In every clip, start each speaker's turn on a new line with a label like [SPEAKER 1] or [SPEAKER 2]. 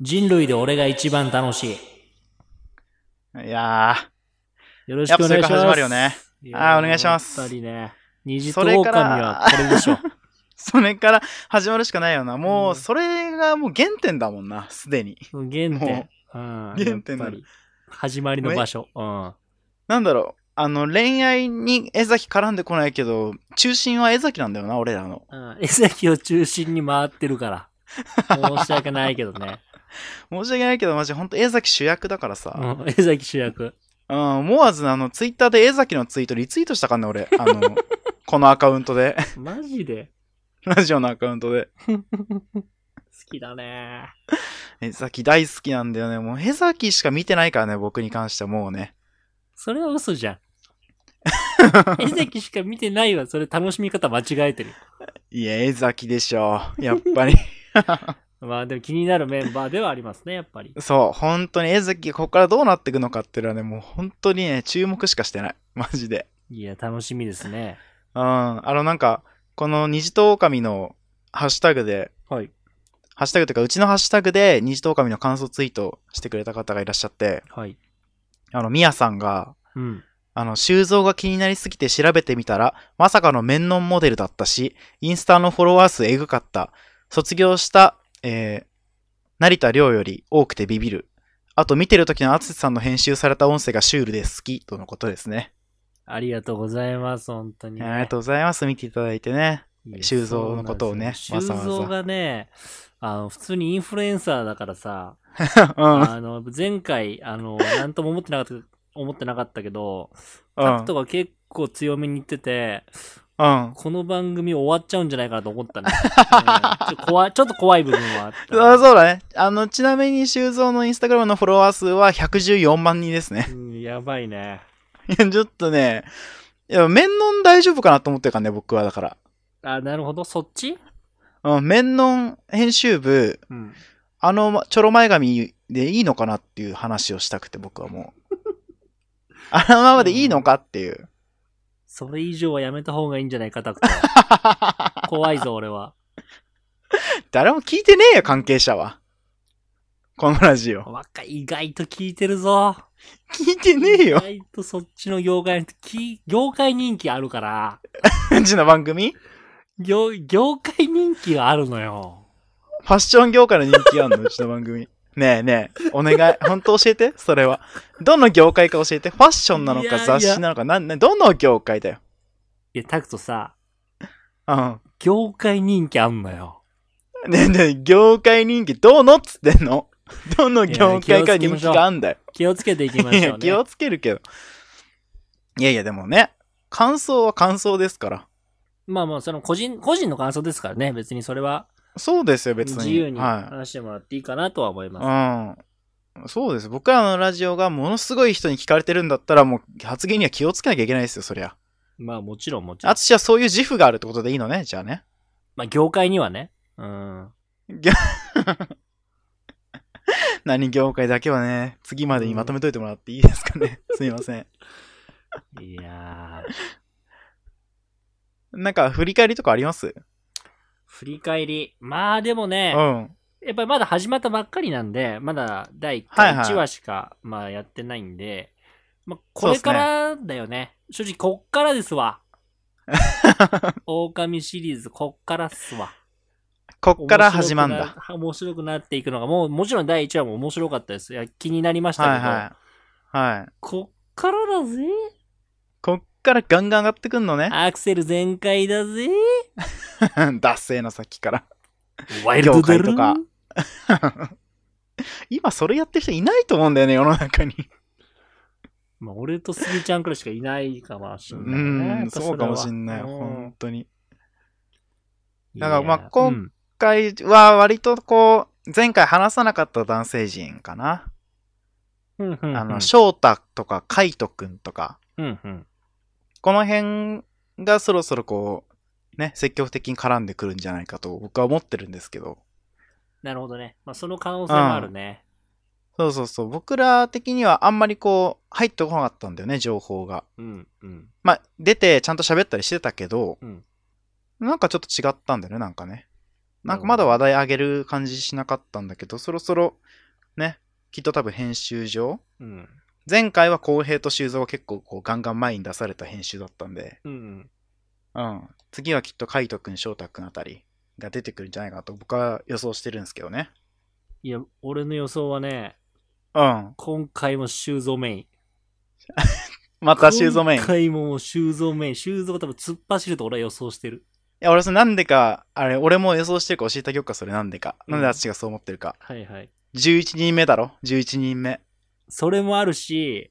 [SPEAKER 1] 人類で俺が一番楽しい。
[SPEAKER 2] いや
[SPEAKER 1] よろしくお願いします。
[SPEAKER 2] やっぱそういう子始まるよね
[SPEAKER 1] い
[SPEAKER 2] ー、
[SPEAKER 1] やー。
[SPEAKER 2] あーお願いします
[SPEAKER 1] やっ。ぱりね、二次
[SPEAKER 2] そ
[SPEAKER 1] 狼
[SPEAKER 2] れ
[SPEAKER 1] 狼
[SPEAKER 2] か
[SPEAKER 1] に
[SPEAKER 2] ら
[SPEAKER 1] はこれでし ょ。
[SPEAKER 2] それから始まるしかないよな。も
[SPEAKER 1] うん
[SPEAKER 2] う、それがもう原点だもんな、すでに。
[SPEAKER 1] 原点。うん、
[SPEAKER 2] も
[SPEAKER 1] 原
[SPEAKER 2] 原点なる
[SPEAKER 1] 始まりの場所。うん。
[SPEAKER 2] なんだろう、あの、恋愛に江崎絡んでこないけど、中心は江崎なんだよな、俺らの。
[SPEAKER 1] うん江崎を中心に回ってるから。申し訳ないけど ね。
[SPEAKER 2] 申し訳ないけど、マジ、ほんと江崎主役だから
[SPEAKER 1] う
[SPEAKER 2] さ。
[SPEAKER 1] ん、江崎主役。
[SPEAKER 2] うん、思わず、あの、ツイッターで江崎のツイートリツイートしたからね、俺。あの、このアカウントで。
[SPEAKER 1] マジで
[SPEAKER 2] ラジオのアカウントで。
[SPEAKER 1] 好きだね。
[SPEAKER 2] 江崎大好きなんだよね。もう江崎しか見てないからね、僕に関してはもうね。
[SPEAKER 1] それは嘘 じゃん。江崎しか見てないわ。それ楽しみ方間違えてる。
[SPEAKER 2] いや、江崎でしょう。やっぱり。
[SPEAKER 1] まあでも気になるメンバーではありますね、やっぱり。
[SPEAKER 2] そう、本当に江崎、ここからどうなっていくのかっていうのはね、もう本当にね、注目しかしてない。 マジで。
[SPEAKER 1] いや、楽しみですね。
[SPEAKER 2] うん。あの、なんか、この虹と狼のハッシュタグで、
[SPEAKER 1] はい。
[SPEAKER 2] ハッシュタグというか、うちのハッシュタグで虹と狼の感想ツイートしてくれた方がいらっしゃって、
[SPEAKER 1] はい。
[SPEAKER 2] あの、みやさんが、
[SPEAKER 1] うん。
[SPEAKER 2] あの、修造が気になりすぎて調べてみたら、まさかの面ンモデルだったし、インスタのフォロワー数えぐかった。卒業した、えー、成田凌より多くてビビる。あと見てる時の淳さんの編集された音声がシュールで好き、とのことですね。
[SPEAKER 1] ありがとうございます、本当にね、
[SPEAKER 2] ありがとうございます。見ていただいてね。
[SPEAKER 1] いや
[SPEAKER 2] 修造のことをね
[SPEAKER 1] そうなんですよ
[SPEAKER 2] わざわざ
[SPEAKER 1] 修造がね、あの、普通にインフルエンサーだからさ、
[SPEAKER 2] うん。
[SPEAKER 1] あの、前回、あ の、なんとも思ってなかった、思ってなかったけど、タクトが結構強めに言ってて、
[SPEAKER 2] うん。うん。
[SPEAKER 1] この番組終わっちゃうんじゃないかなと思ったね。うんちょっと怖い、ちょっと怖い部分はあった。
[SPEAKER 2] そうそうだね。あの、ちなみに修造のインスタグラムのフォロワー数は114万人ですね。
[SPEAKER 1] うんやばいね。
[SPEAKER 2] いや、ちょっとね、いや、面ン大丈夫かなと思ってるからね、僕はだから。
[SPEAKER 1] あ、なるほど、そっち
[SPEAKER 2] うん、面の編集部、
[SPEAKER 1] うん。
[SPEAKER 2] あのまちょろ前髪でいいのかなっていう話をしたくて、僕はも う。あのままでいいのかっていう。
[SPEAKER 1] それ以上はやめた方がいいんじゃないか、タクト。怖いぞ、俺は。
[SPEAKER 2] 誰も聞いてねえよ、関係者は。このラジオ。
[SPEAKER 1] 若い、意外と聞いてるぞ。
[SPEAKER 2] 聞いてねえよ
[SPEAKER 1] 意、外とそっちの業界、き業界人気あるから、
[SPEAKER 2] うちの番組。
[SPEAKER 1] 業、業界人気があるのよ。
[SPEAKER 2] ファッション業界の人気あんの、うちの番組。 ねえねえ、お願い。本当教えて、それは。どの業界か教えて。ファッションなの
[SPEAKER 1] いや
[SPEAKER 2] か
[SPEAKER 1] いや
[SPEAKER 2] 雑誌なのか、なん、などの業界だよ。
[SPEAKER 1] いや、タクトさ、
[SPEAKER 2] うん。
[SPEAKER 1] 業界人気あんのよ。
[SPEAKER 2] ねえねえ、業界人気どうのっつってんのどの業界か
[SPEAKER 1] いや気をつけ
[SPEAKER 2] 人
[SPEAKER 1] ま
[SPEAKER 2] 気
[SPEAKER 1] しょう
[SPEAKER 2] があんだよ。
[SPEAKER 1] 気をつけていきま
[SPEAKER 2] い
[SPEAKER 1] しょ
[SPEAKER 2] や、
[SPEAKER 1] う
[SPEAKER 2] 気
[SPEAKER 1] ね。
[SPEAKER 2] をつけるけど。いやいや、でもね、感想は感想ですから。
[SPEAKER 1] まあまあ、その個人、個人の感想ですからね。別にそれは
[SPEAKER 2] そうですよ、別に。
[SPEAKER 1] 自由に
[SPEAKER 2] は
[SPEAKER 1] 話してもらっていいかなとは思います。
[SPEAKER 2] い。うん。そうです。僕らのラジオがものすごい人に聞かれてるんだったら、もう発言には気をつけなきゃいけないですよ、そりゃ。
[SPEAKER 1] まあもちろんもちろん。
[SPEAKER 2] 淳はそういう自負があるってことでいいのね、じゃあね。
[SPEAKER 1] まあ業界にはね。うん。
[SPEAKER 2] ぎゃ何業界だけはね、次までにまとめといてもらっていいですかね。すみません。
[SPEAKER 1] いやー。
[SPEAKER 2] なんか、振り返りとかあります
[SPEAKER 1] 振り返り。まあでもね、
[SPEAKER 2] うん。
[SPEAKER 1] やっぱりまだ始まったばっかりなんで、まだ第1
[SPEAKER 2] は
[SPEAKER 1] 回
[SPEAKER 2] いはい
[SPEAKER 1] 1話しか、まあやってないんで、まあこ
[SPEAKER 2] そうっ
[SPEAKER 1] れ
[SPEAKER 2] すね
[SPEAKER 1] からだよね。正直こっからです わ。狼シリーズこっからっすわ。
[SPEAKER 2] こっから始まんだ。
[SPEAKER 1] 面白くな。面白くなっていくのが、もうもちろん第1話も面白かったです。いや気になりましたけど、
[SPEAKER 2] はいはい。はい。
[SPEAKER 1] こっからだぜ。
[SPEAKER 2] こっからガンガン上がってくんのね。
[SPEAKER 1] アクセル全開だぜ。
[SPEAKER 2] 脱線の先から。
[SPEAKER 1] ワイルドデル
[SPEAKER 2] 業界とか今それやってる人いないと思うんだよね、世の中に。
[SPEAKER 1] まあ、俺とスギちゃんくらいしかいないかもし
[SPEAKER 2] うん
[SPEAKER 1] ないね、やっ
[SPEAKER 2] ん、
[SPEAKER 1] ぱ
[SPEAKER 2] そうかもしんない。
[SPEAKER 1] れは
[SPEAKER 2] 本当に。
[SPEAKER 1] うん
[SPEAKER 2] だからまあ
[SPEAKER 1] いや
[SPEAKER 2] 今
[SPEAKER 1] うん
[SPEAKER 2] 今回は割とこう、前回話さなかった男性陣かな。
[SPEAKER 1] うんうんうん
[SPEAKER 2] あの、翔太とか海斗くんとか、
[SPEAKER 1] うんうん
[SPEAKER 2] この辺がそろそろこう、ね、積極的に絡んでくるんじゃないかと僕は思ってるんですけど。
[SPEAKER 1] なるほどね。まあ、その可能性もあるね。
[SPEAKER 2] そうそうそう。僕ら的にはあんまりこう、入ってこなかったんだよね、情報が。
[SPEAKER 1] うん、うん。
[SPEAKER 2] まあ、出てちゃんと喋ったりしてたけど、
[SPEAKER 1] うん
[SPEAKER 2] なんかちょっと違ったんだよね、なんかね。なんかまだ話題上げる感じしなかったんだけど、そろそろ、ね、きっと多分編集上、
[SPEAKER 1] うん。
[SPEAKER 2] 前回は浩平と修造が結構こうガンガン前に出された編集だったんで、
[SPEAKER 1] うんうん。
[SPEAKER 2] うん。次はきっと海斗くん、翔太くんあたりが出てくるんじゃないかなと僕は予想してるんですけどね。
[SPEAKER 1] いや、俺の予想はね、
[SPEAKER 2] うん。
[SPEAKER 1] 今回も修造メイン。
[SPEAKER 2] また修造メイン。い
[SPEAKER 1] 今回ももう修造メイン。修造が多分突っ走ると俺は予想してる。
[SPEAKER 2] や、俺それなんでか、あれ、俺も予想してるか教えてあげようか、それなんでか。なんであっちがそう思ってるか。
[SPEAKER 1] はいはい。
[SPEAKER 2] 11人目だろ ?11 人目。
[SPEAKER 1] それもあるし、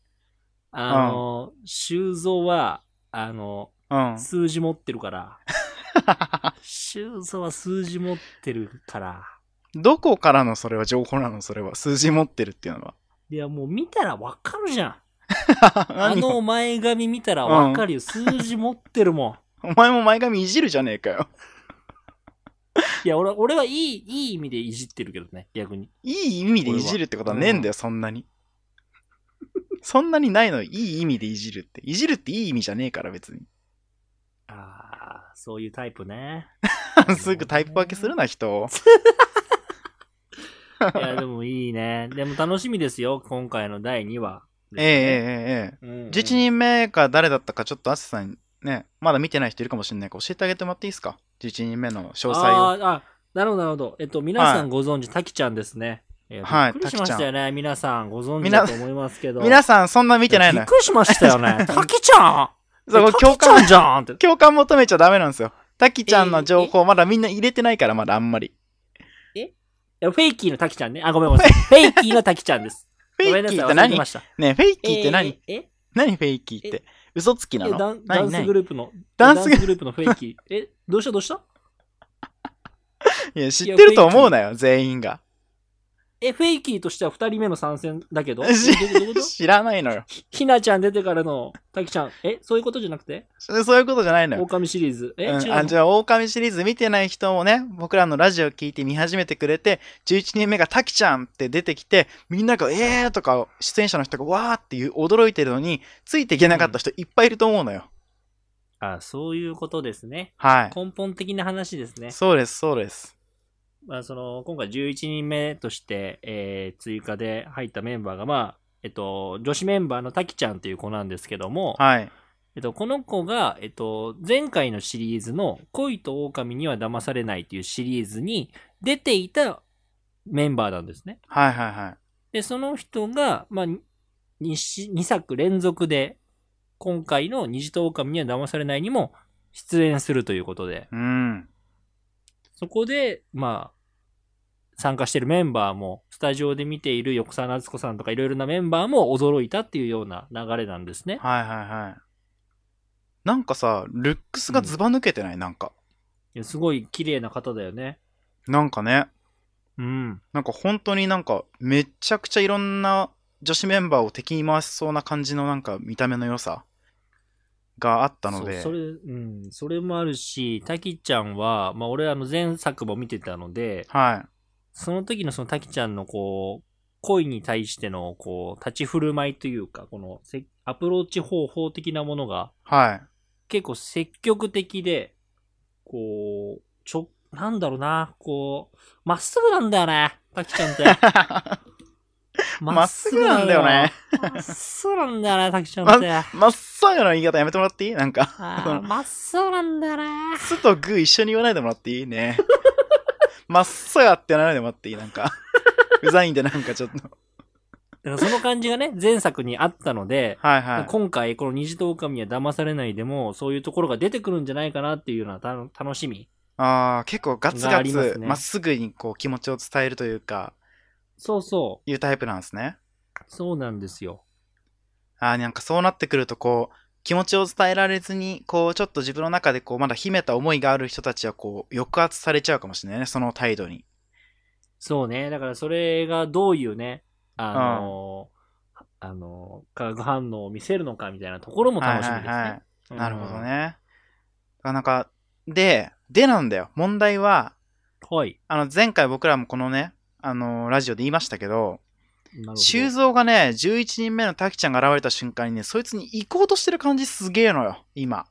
[SPEAKER 1] あの、修造は、あの、
[SPEAKER 2] うん。
[SPEAKER 1] 数字持ってるから。 修造は数字持ってるから。
[SPEAKER 2] どこからのそれは情報なのそれは。数字持ってるっていうの は。
[SPEAKER 1] いや、もう見たらわかるじゃん。あ
[SPEAKER 2] 何
[SPEAKER 1] の前髪見たらわかるよ。数字持ってるもん。
[SPEAKER 2] お前も前髪いじるじゃねえかよ。
[SPEAKER 1] いや、俺は、俺はいい、いい意味でいじってるけどね、逆に。
[SPEAKER 2] いい意味でいじるってことはねえんだよ、そんなに。そんなにないの、いい意味でいじるって。いじるっていい意味じゃねえから、別に。
[SPEAKER 1] ああ、そういうタイプね。
[SPEAKER 2] すぐタイプ分けするな、人を。
[SPEAKER 1] いや、でもいいね。でも楽しみですよ、今回の第2話。
[SPEAKER 2] えええええ
[SPEAKER 1] え、うんう
[SPEAKER 2] え
[SPEAKER 1] ん
[SPEAKER 2] 11人目が誰だったか、ちょっとアセさんね、まだ見てない人いるかもしれないから、教えてあげてもらっていいですか ?11 人目の詳細を。
[SPEAKER 1] あーあ、なるほど、なるほど。えっと、皆さんご存知、タキちゃんですね。えー
[SPEAKER 2] はい
[SPEAKER 1] びっくりしましたよね。皆さんご存知
[SPEAKER 2] 皆
[SPEAKER 1] だと思いますけど。さ
[SPEAKER 2] 皆さん、そんな見てない
[SPEAKER 1] び
[SPEAKER 2] の
[SPEAKER 1] っ
[SPEAKER 2] よ。
[SPEAKER 1] くりしましたよ ね。タキちゃん
[SPEAKER 2] そ
[SPEAKER 1] え
[SPEAKER 2] こ
[SPEAKER 1] タ
[SPEAKER 2] 共
[SPEAKER 1] キち
[SPEAKER 2] 感
[SPEAKER 1] ゃんじゃんって。
[SPEAKER 2] 共感求めちゃダメなんですよ。タキちゃんの情報、まだみんな入れてないから、まだあんまり。
[SPEAKER 1] いやフェイキーのタキちゃんね。あ、ごめ んごめん。フェイキーのタキちゃんです。
[SPEAKER 2] フ
[SPEAKER 1] ごめん
[SPEAKER 2] ェイ
[SPEAKER 1] な
[SPEAKER 2] キ
[SPEAKER 1] さい忘れ
[SPEAKER 2] ーって
[SPEAKER 1] て
[SPEAKER 2] 何
[SPEAKER 1] ました。
[SPEAKER 2] ねえフェイキーって何、
[SPEAKER 1] えーえ
[SPEAKER 2] 何フェイキーって。嘘つきな
[SPEAKER 1] えダ
[SPEAKER 2] の
[SPEAKER 1] ンダ
[SPEAKER 2] 何
[SPEAKER 1] ンス
[SPEAKER 2] 何
[SPEAKER 1] グループの、
[SPEAKER 2] ダンスグループ
[SPEAKER 1] グループのフェイキ ー。え、どうしたどうした
[SPEAKER 2] いや、知ってると思うなよ、全員が。
[SPEAKER 1] え、フェイキーとしては2人目の参戦だけど、どう
[SPEAKER 2] し
[SPEAKER 1] いうことどういうこと
[SPEAKER 2] 知らないのよ。
[SPEAKER 1] ひなちゃん出てからのタキちゃん、え、そういうことじゃなくて
[SPEAKER 2] そそういうことじゃないのよ。
[SPEAKER 1] 狼シリーズ。え、
[SPEAKER 2] う
[SPEAKER 1] 違
[SPEAKER 2] ん、
[SPEAKER 1] う
[SPEAKER 2] あ
[SPEAKER 1] の
[SPEAKER 2] じゃあ、狼シリーズ見てない人もね、僕らのラジオ聞いて見始めてくれて、11人目がタキちゃんって出てきて、みんなが、えーとか、出演者の人がわーっていう驚いてるのに、ついていけなかった人いっぱいいると思うのよ。
[SPEAKER 1] あ、そういうことですね。
[SPEAKER 2] はい。
[SPEAKER 1] 根本的な話ですね。
[SPEAKER 2] そうです、そうです。
[SPEAKER 1] まあ、その、今回11人目として、えー追加で入ったメンバーが、まあ、えっと、女子メンバーのタキちゃんという子なんですけども、
[SPEAKER 2] はい。
[SPEAKER 1] えっと、この子が、えっと、前回のシリーズの恋と狼には騙されないというシリーズに出ていたメンバーなんですね。
[SPEAKER 2] はいはいはい。
[SPEAKER 1] で、その人が、まあ、2, 作連続で、今回の虹と狼には騙されないにも出演するということで、
[SPEAKER 2] うん。
[SPEAKER 1] そこで、まあ、参加してるメンバーも、スタジオで見ている横澤夏子さんとかいろいろなメンバーも驚いたっていうような流れなんですね。
[SPEAKER 2] はいはいはい。なんかさ、ルックスがずば抜けてない、なんか。
[SPEAKER 1] いやすごい綺麗な方だよね。
[SPEAKER 2] なんかね。
[SPEAKER 1] うん。
[SPEAKER 2] なんか本当になんかめちゃくちゃいろんな女子メンバーを敵に回しそうな感じのなんか見た目の良さがあったので。
[SPEAKER 1] そうそれ、うん、それもあるし、タキちゃんは、まあ俺あの前作も見てたので、
[SPEAKER 2] は
[SPEAKER 1] その時のそのタキちゃんのこう、恋に対してのこう、立ち振る舞いというか、このせアプローチ方法的なものが
[SPEAKER 2] い。はい。
[SPEAKER 1] 結構積極的で、こう、ちょ、なんだろうな、こう、まっすぐなんだよね、タキちゃんって。
[SPEAKER 2] まっすぐなんだよね。
[SPEAKER 1] まっすぐなんだよね、タキちゃんって。
[SPEAKER 2] まっさらの言い方やめてもらっていいなんか、
[SPEAKER 1] あーまっすぐなんだよね。
[SPEAKER 2] すとグー一緒に言わないでもらっていい ね。まっさらって言わないでもらっていいなんか。うざいんでなんかちょっと。
[SPEAKER 1] だからその感じがね、 前作にあったので、
[SPEAKER 2] はいはい。
[SPEAKER 1] 今回、この虹と狼には騙されないでも、そういうところが出てくるんじゃないかなっていうようなた楽しみ。
[SPEAKER 2] ああ、結構ガツ
[SPEAKER 1] があ
[SPEAKER 2] ガ
[SPEAKER 1] ります
[SPEAKER 2] ツ、
[SPEAKER 1] ね
[SPEAKER 2] まっすぐにこう気持ちを伝えるというか、
[SPEAKER 1] そうそ
[SPEAKER 2] いうタイプなんですね。
[SPEAKER 1] う。そうなんですよ。
[SPEAKER 2] ああ、なんかそうなってくると、こう、気持ちを伝えられずに、こう、ちょっと自分の中で、こう、まだ秘めた思いがある人たちは、こう、抑圧されちゃうかもしれないね、その態度に。
[SPEAKER 1] そうね。だからそれがどういうね、あのーあのー化学反応を見せるのかみたいなところも楽しみですね。
[SPEAKER 2] はいはいはい
[SPEAKER 1] うん
[SPEAKER 2] なるほど。ね。あなんか、で、でなんだよ。問題は、
[SPEAKER 1] はい。
[SPEAKER 2] あの、前回僕らもこのね、あのーラジオで言いましたけど、
[SPEAKER 1] なるほど
[SPEAKER 2] 修造がね、11人目の滝ちゃんが現れた瞬間にね、そいつに行こうとしてる感じすげえのよ、今。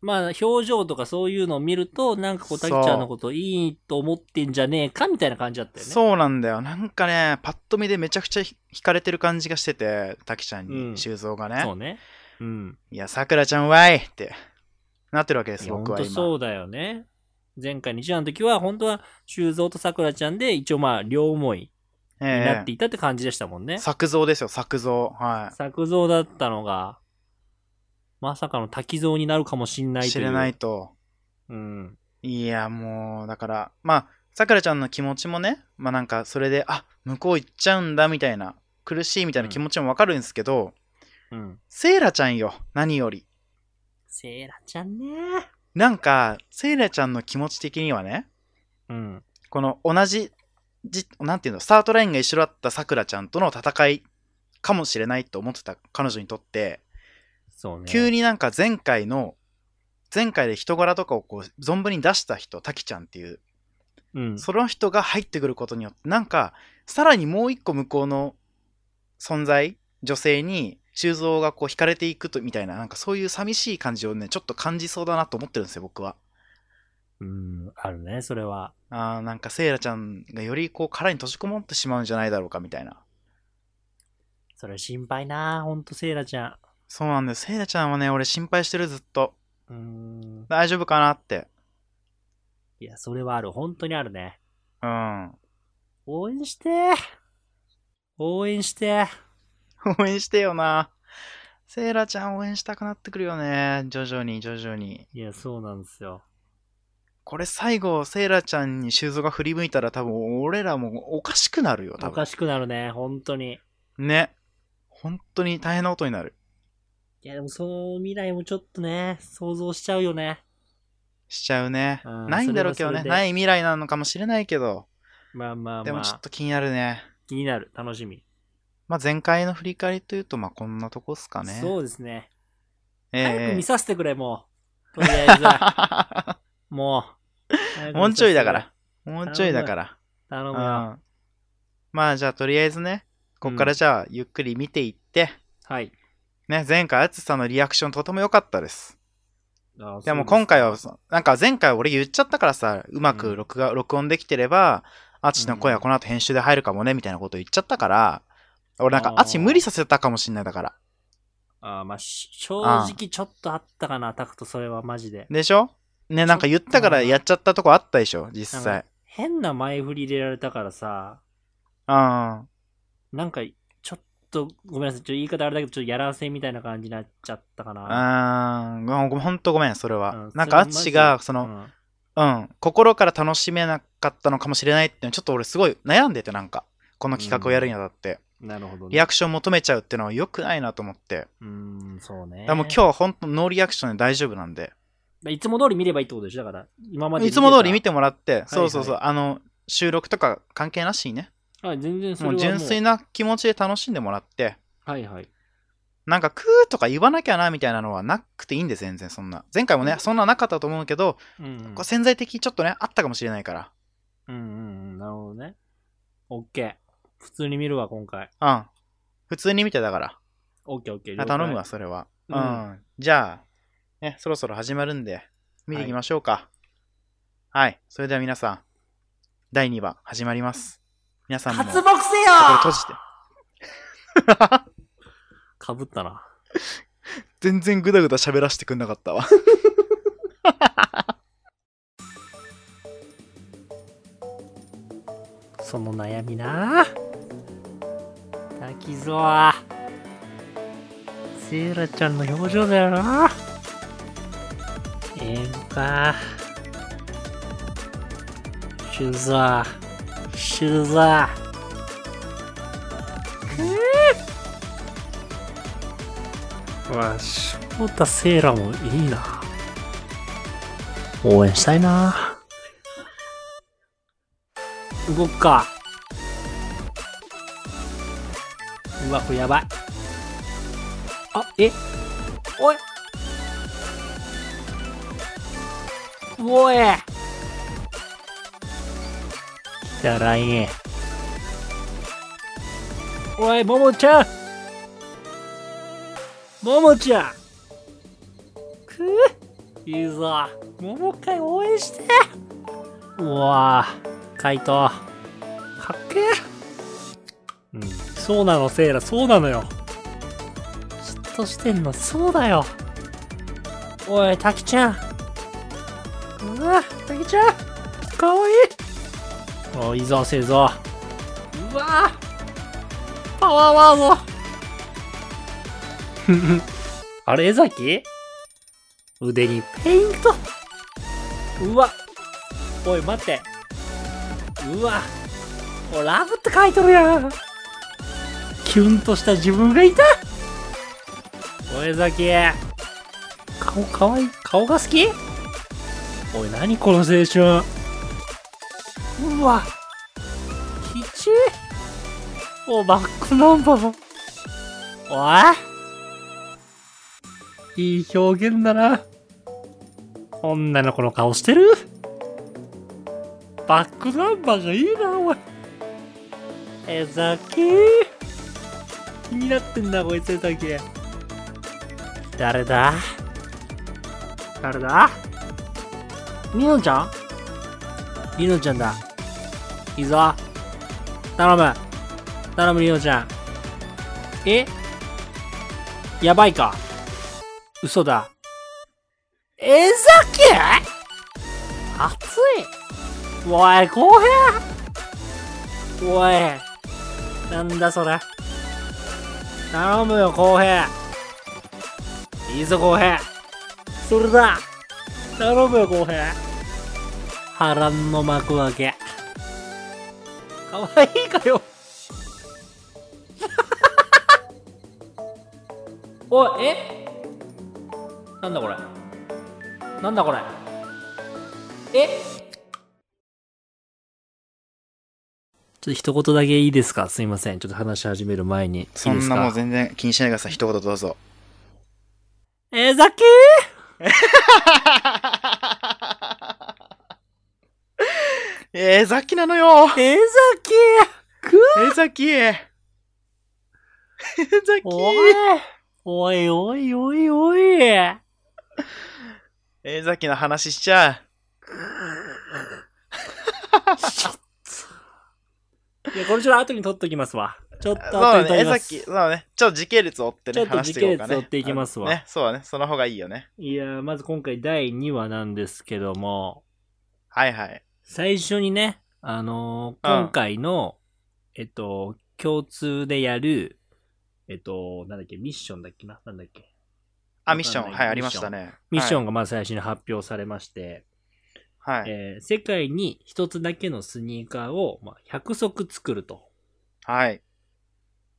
[SPEAKER 1] まあ、表情とかそういうのを見ると、なんかこう、たきちゃんのこといいと思ってんじゃねえかみたいな感じだったよね。
[SPEAKER 2] そうなんだよ。なんかね、パッと見でめちゃくちゃひ惹かれてる感じがしてて、滝ちゃんに、
[SPEAKER 1] うん
[SPEAKER 2] 修造がね。
[SPEAKER 1] そうね。うん。
[SPEAKER 2] いや、さくらちゃんわいってなってるわけで
[SPEAKER 1] い
[SPEAKER 2] す、
[SPEAKER 1] や、本
[SPEAKER 2] 僕は
[SPEAKER 1] 当
[SPEAKER 2] 今。
[SPEAKER 1] そうだよね。前回日夜の時は、本当は修造とさくらちゃんで、一応まあ、両思いにな
[SPEAKER 2] え
[SPEAKER 1] っていたって感じでしたもんね
[SPEAKER 2] え。作造ですよ、作造。は
[SPEAKER 1] 作造だったのが、まさかの滝蔵になるかもしんないと
[SPEAKER 2] い。
[SPEAKER 1] い
[SPEAKER 2] 知
[SPEAKER 1] う。
[SPEAKER 2] れないと。
[SPEAKER 1] うん。
[SPEAKER 2] いや、もう、だから、まあ、さくらちゃんの気持ちもね、まあなんか、それで、あ向こう行っちゃうんだ、みたいな、苦しいみたいな気持ちもわかるんですけど、
[SPEAKER 1] うん。
[SPEAKER 2] セイラちゃんよ、何より。
[SPEAKER 1] セイラちゃんね。
[SPEAKER 2] なんか、セイラちゃんの気持ち的にはね、
[SPEAKER 1] うん。
[SPEAKER 2] この同じ、じなんていうの、スタートラインが一緒だったさくらちゃんとの戦いかもしれないと思ってた彼女にとって、
[SPEAKER 1] そうね。
[SPEAKER 2] 急になんか前回の、前回で人柄とかをこう存分に出した人、タキちゃんっていう、
[SPEAKER 1] うん。
[SPEAKER 2] その人が入ってくることによって、なんか、さらにもう一個向こうの存在、女性に、修造がこう惹かれていくとみたいな、なんかそういう寂しい感じをね、ちょっと感じそうだなと思ってるんですよ、僕は。
[SPEAKER 1] うん。あるね、それは。
[SPEAKER 2] あーなんかセイラちゃんがよりこう殻に閉じこもってしまうんじゃないだろうかみたいな。
[SPEAKER 1] それ心配なほんとセイラちゃ
[SPEAKER 2] そうなんだよ。セイラちゃんはね、俺心配してるずっと。
[SPEAKER 1] ん。うーん。
[SPEAKER 2] 大丈夫かなって。
[SPEAKER 1] いや、それはある。本当にあるね。
[SPEAKER 2] うん。
[SPEAKER 1] 応援して応援して
[SPEAKER 2] 応援してよな。セイラちゃん応援したくなってくるよね。徐々に徐々に。
[SPEAKER 1] いや、そうなんですよ。
[SPEAKER 2] これ最後、セイラちゃんに修造が振り向いたら多分俺らもおかしくなるよ、多
[SPEAKER 1] お
[SPEAKER 2] 分
[SPEAKER 1] か。しくなるね、本当に。
[SPEAKER 2] ね。本当に大変なことになる。
[SPEAKER 1] いや、でもその未来もちょっとね、想像しちゃうよね。
[SPEAKER 2] しちゃうね。
[SPEAKER 1] うん
[SPEAKER 2] ないんだろうけどね。
[SPEAKER 1] それはそれで
[SPEAKER 2] ない未来なのかもしれないけど。
[SPEAKER 1] まあまあ
[SPEAKER 2] で
[SPEAKER 1] ま
[SPEAKER 2] もちょっ
[SPEAKER 1] あ、
[SPEAKER 2] と気になるね。
[SPEAKER 1] 気になる。楽しみ。
[SPEAKER 2] まあ、前回の振り返りというと、まあ、こんなとこっすかね。
[SPEAKER 1] そうですね。
[SPEAKER 2] ええ
[SPEAKER 1] 早く見させてくれ、もう。とりあえず は。もう。
[SPEAKER 2] もうちょいだか
[SPEAKER 1] 早く見さ
[SPEAKER 2] ら。もうちょいだから。
[SPEAKER 1] せてくれ。頼
[SPEAKER 2] う
[SPEAKER 1] むよ。
[SPEAKER 2] ん。まあ、じゃあ、とりあえずね、こっからじゃあ、ゆっくり見ていって、
[SPEAKER 1] はい。
[SPEAKER 2] ね、前回、あつさんのリアクションとても良かったです。
[SPEAKER 1] あ
[SPEAKER 2] でも今回は
[SPEAKER 1] そ、
[SPEAKER 2] なんか前回俺言っちゃったからさ、うまく録画、録音できてれば、あちの声はこの後編集で入るかもね、みたいなこと言っちゃったから、俺なんか
[SPEAKER 1] あー
[SPEAKER 2] あち無理させたかもしんないだから。
[SPEAKER 1] うですねあまあ、し正直ちょっとあったかな、タクト、それはマジで。
[SPEAKER 2] でしょね、なんか言ったからやっちゃったとこあったでしょ、実
[SPEAKER 1] なん
[SPEAKER 2] 際
[SPEAKER 1] か。変な前振り入れられたからさ、
[SPEAKER 2] うん。
[SPEAKER 1] なんか、ちょっと、ごめんなさい、ちょっと言い方あれだけど、ちょっとやらせみたいな感じになっちゃったかな。
[SPEAKER 2] あーごめんほんとごめん、それは。
[SPEAKER 1] うん
[SPEAKER 2] なんか、アツシが、そ
[SPEAKER 1] それ
[SPEAKER 2] の、
[SPEAKER 1] マジ
[SPEAKER 2] うん、心から楽しめなかったのかもしれないっていうのはちょっと俺すごい悩んでて、なんか、この企画をやるにあたって、
[SPEAKER 1] うんなるほどね。
[SPEAKER 2] リアクション求めちゃうっていうのは良くないなと思って。
[SPEAKER 1] うーん、そうね。
[SPEAKER 2] でもう今日ほんとノーリアクションで大丈夫なんで、
[SPEAKER 1] 日。いつも通り見ればいいってことでしょだから、今まで
[SPEAKER 2] いつも通り見てもらって、
[SPEAKER 1] い
[SPEAKER 2] そうそうそう、あの、収録とか関係なしにね、
[SPEAKER 1] あ、全然それ
[SPEAKER 2] も
[SPEAKER 1] は
[SPEAKER 2] う
[SPEAKER 1] もう。
[SPEAKER 2] 純粋な気持ちで楽しんでもらって、
[SPEAKER 1] はいはい。
[SPEAKER 2] なんか、クーとか言わなきゃな、みたいなのはなくていいんで、全然そんな。前回もね、そんななかったと思うけど、
[SPEAKER 1] うんうん。
[SPEAKER 2] こう潜在的にちょっとね、あったかもしれないから。
[SPEAKER 1] うんうんうん。なるほどね。オッケー。普通に見るわ、今回。
[SPEAKER 2] うん。普通に見てたから。
[SPEAKER 1] オッケーオッケー。
[SPEAKER 2] あ
[SPEAKER 1] 了解
[SPEAKER 2] 頼むわ、。それは。う
[SPEAKER 1] うん
[SPEAKER 2] ん。じゃあ、ね、そろそろ始まるんで、見ていきましょうか。はい。それでは皆さん、第2話、始まります。皆さんも、
[SPEAKER 1] 活
[SPEAKER 2] 心
[SPEAKER 1] 目せ
[SPEAKER 2] 閉
[SPEAKER 1] よ
[SPEAKER 2] じて。
[SPEAKER 1] かぶったな。
[SPEAKER 2] 全然グダグダ喋らせてくんなかったわ。
[SPEAKER 1] その悩みな滝沢セイラちゃんの表情だよなええのか修造修造くぅわしょうたセイラもいいな応援したいな動くかうわこれやばいあえおいおい汚いねおいももちゃんももちゃんくぅいいぞ。もう一回応援して。うわぁ、カイト。かっけえ。うん、そうなの、セイラ、そうなのよ。嫉妬してんの、そうだよ。おい、タキちゃん。うわタキちゃん。かわいい。おいいぞ、せいぞ。うわぁ、パワーワード。ふふあれ、江崎腕にペイントうわおい待ってうわおラブって書いとるやんキュンとした自分がいたおい江崎顔かわいい顔が好きおい何この青春うわきちいおバックナンバーもおいいい表現だな。女の子の顔してるバックナンバーがいいな、おい。江崎気になってんだ、こいつ江崎。誰だ誰だみのちゃんみのちゃんだ。いいぞ。頼む。頼む、みのちゃん。えやばいか嘘だ。えざけ熱いおい、公平おい、なんだそれ。頼むよ、公平。いいぞ、公平。それだ。頼むよ、公平。波乱の幕開け。かわいいかよ。 おい、えなんだこれなんだこれえちょっと一言だけいいですかすいません。ちょっと話し始める前に。いいです
[SPEAKER 2] そ
[SPEAKER 1] か
[SPEAKER 2] んなもう全然気にしないでください。一言どうぞ。
[SPEAKER 1] えー、ざき
[SPEAKER 2] えー、ザキなのよ
[SPEAKER 1] ーえー、ざきーくー
[SPEAKER 2] えー、ザキえー、ザキ
[SPEAKER 1] おいおいおいおいおい
[SPEAKER 2] えー、ザキの話しちゃ
[SPEAKER 1] いや、これちょっと後に取っときますわ。ちょっ
[SPEAKER 2] う。
[SPEAKER 1] と
[SPEAKER 2] そ
[SPEAKER 1] 後
[SPEAKER 2] う
[SPEAKER 1] に
[SPEAKER 2] だ
[SPEAKER 1] 取り
[SPEAKER 2] ね、えー、
[SPEAKER 1] ま
[SPEAKER 2] ザ
[SPEAKER 1] す。
[SPEAKER 2] キ、そうだね。ちょっと時系列追って
[SPEAKER 1] ちょ
[SPEAKER 2] ね、
[SPEAKER 1] っと
[SPEAKER 2] 話していこうか
[SPEAKER 1] 時
[SPEAKER 2] ね。
[SPEAKER 1] 系列追っていきますわ
[SPEAKER 2] あね、そうだね。その方がいいよね。
[SPEAKER 1] いやー、まず今回第2話なんですけども、
[SPEAKER 2] はいはい。
[SPEAKER 1] 最初にね、あのー
[SPEAKER 2] うん
[SPEAKER 1] 今回の、えっと、共通でやる、えっと、なんだっけ、ミッションだっけななんだっけ。
[SPEAKER 2] あ、ミッション。
[SPEAKER 1] わかんない
[SPEAKER 2] はい、ありましたね。
[SPEAKER 1] ミッショ
[SPEAKER 2] ン。
[SPEAKER 1] ンがまず最初に発表されまして、
[SPEAKER 2] はい。
[SPEAKER 1] えー世界に一つだけのスニーカーを、まあ、100足作ると。
[SPEAKER 2] はい。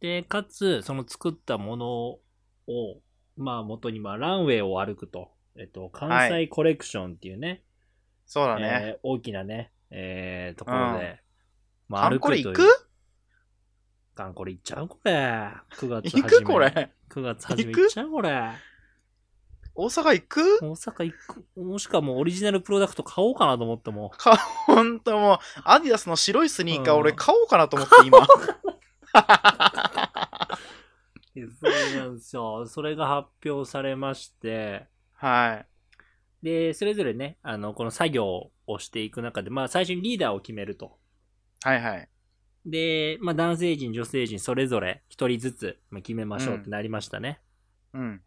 [SPEAKER 1] で、かつ、その作ったものを、まあ、元に、まあ、ランウェイを歩くと。えっと、関西コレクションっていうね、
[SPEAKER 2] そうだね。
[SPEAKER 1] えー大きなね、えーところで、
[SPEAKER 2] う
[SPEAKER 1] ま
[SPEAKER 2] あ、
[SPEAKER 1] あ、歩
[SPEAKER 2] こ
[SPEAKER 1] くと
[SPEAKER 2] れ
[SPEAKER 1] いう。
[SPEAKER 2] 行く
[SPEAKER 1] ガンこれ行っちゃうこれ。9月初め。
[SPEAKER 2] 行くこ。れ。
[SPEAKER 1] 9月初め
[SPEAKER 2] 行く
[SPEAKER 1] 行っちゃうこれ。
[SPEAKER 2] 大阪行く
[SPEAKER 1] 大阪行く。もしかもうオリジナルプロダクト買おうかなと思っても。
[SPEAKER 2] か、ほんともう、アディダスの白いスニーカー
[SPEAKER 1] うん
[SPEAKER 2] 俺買おうかなと思って 今。
[SPEAKER 1] そうなんですよ。それが発表されまして、
[SPEAKER 2] はい。
[SPEAKER 1] で、それぞれね、あの、この作業をしていく中で、まあ最初にリーダーを決めると。
[SPEAKER 2] はいはい。
[SPEAKER 1] で、まあ男性陣、女性陣、それぞれ一人ずつまあ決めましょうってなりましたね。
[SPEAKER 2] うん。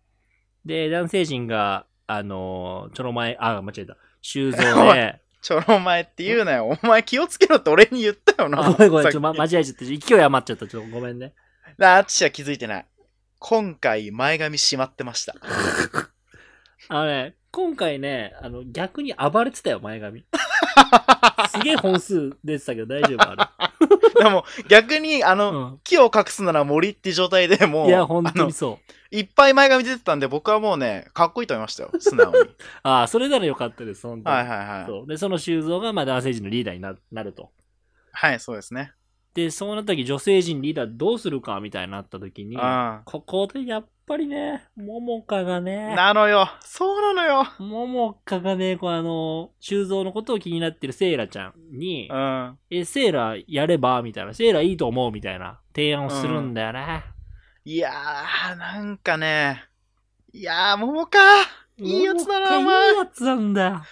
[SPEAKER 1] で、男性陣が、あの、ちょろ前、あ、間違えた。修造
[SPEAKER 2] お
[SPEAKER 1] で、
[SPEAKER 2] ちょろ前って言うなよ。お前気をつけろって俺に言ったよな。
[SPEAKER 1] あごめんごめん、ちょ
[SPEAKER 2] さっ
[SPEAKER 1] っ
[SPEAKER 2] き
[SPEAKER 1] と、ま、間違えちゃって、勢い余っちゃった。ちょっとごめんね。
[SPEAKER 2] なあ、私は気づいてない。今回前髪しまってました。
[SPEAKER 1] あのね、今回ね、あの、逆に暴れてたよ、前 髪。すげえ本数出てたけど大丈夫 あ
[SPEAKER 2] でも逆にあ
[SPEAKER 1] れ。
[SPEAKER 2] の、
[SPEAKER 1] う
[SPEAKER 2] 木を隠すなら森って状態でも
[SPEAKER 1] ん。
[SPEAKER 2] う
[SPEAKER 1] いや、本当
[SPEAKER 2] あの
[SPEAKER 1] にそ
[SPEAKER 2] いっぱい前髪出てたんで僕はもうね、かっこいいと思いましたよ。 素直に。
[SPEAKER 1] う。ああ、それならよかったです、本当に。
[SPEAKER 2] はいはいはい。
[SPEAKER 1] そう。で、その修造が、まあ、男性陣のリーダーにななると。
[SPEAKER 2] はい、そうですね。
[SPEAKER 1] で、そうなった時、女性陣リーダーどうするか、みたいになった時に、
[SPEAKER 2] うん。
[SPEAKER 1] ここでやっぱりね、ももかがね、
[SPEAKER 2] なのよ。そうなのよ。
[SPEAKER 1] ももかがね、こうあの、修造のことを気になってるセイラちゃんに、
[SPEAKER 2] うん。
[SPEAKER 1] え、セイラやればみたいな、セイラいいと思うみたいな提案をするんだよね。
[SPEAKER 2] いやー、なんかね。いやー、桃か。いいやつだな、お
[SPEAKER 1] もう一回いい
[SPEAKER 2] 前。
[SPEAKER 1] やつなんだよ。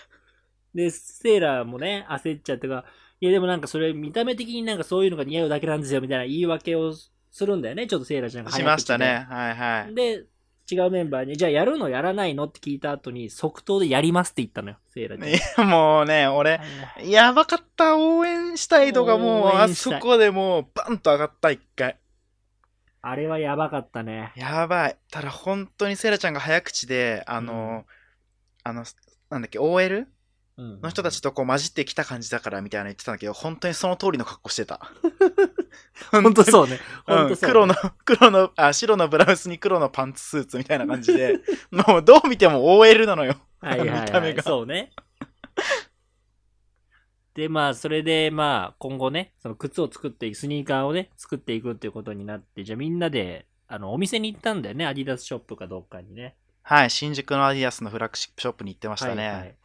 [SPEAKER 1] で、セーラーもね、焦っちゃってか、いやでもなんかそれ見た目的になんかそういうのが似合うだけなんですよみたいな言い訳をするんだよね、ちょっとセーラーちゃんが
[SPEAKER 2] し
[SPEAKER 1] 早口で。
[SPEAKER 2] ましたね。はいはい。
[SPEAKER 1] で、違うメンバーに、じゃあやるのやらないのって聞いた後に即答でやりますって言ったのよ、セーラーちゃん。
[SPEAKER 2] いや、もうね、俺、やばかった。応援したいとかもう、
[SPEAKER 1] 応
[SPEAKER 2] あ
[SPEAKER 1] 援した
[SPEAKER 2] そ
[SPEAKER 1] い
[SPEAKER 2] こでもう、バンと上がった、一回。
[SPEAKER 1] あれはやばかったね。
[SPEAKER 2] やばい。ただ、本当にセイラちゃんが早口で、あの、あの、なんだっけ、OL?
[SPEAKER 1] うん
[SPEAKER 2] の人たちとこう混じってきた感じだからみたいなの言ってたんだけど、本当にその通りの格好してた。
[SPEAKER 1] 本当そうね。
[SPEAKER 2] う
[SPEAKER 1] 本
[SPEAKER 2] ん、
[SPEAKER 1] 当そう、
[SPEAKER 2] 黒の、黒の、あ、白のブラウスに黒のパンツスーツみたいな感じで、 もうどう見ても OL なのよ。
[SPEAKER 1] はいはい、はい、
[SPEAKER 2] 見た目が
[SPEAKER 1] そうね。で、まあ、それで、まあ、今後ね、その靴を作っていく、スニーカーをね、作っていくっていうことになって、じゃあみんなで、あの、お店に行ったんだよね、アディダスショップかどっかにね。
[SPEAKER 2] はい、新宿のアディアスのフラッグシップショップに行ってました
[SPEAKER 1] はいは
[SPEAKER 2] ね。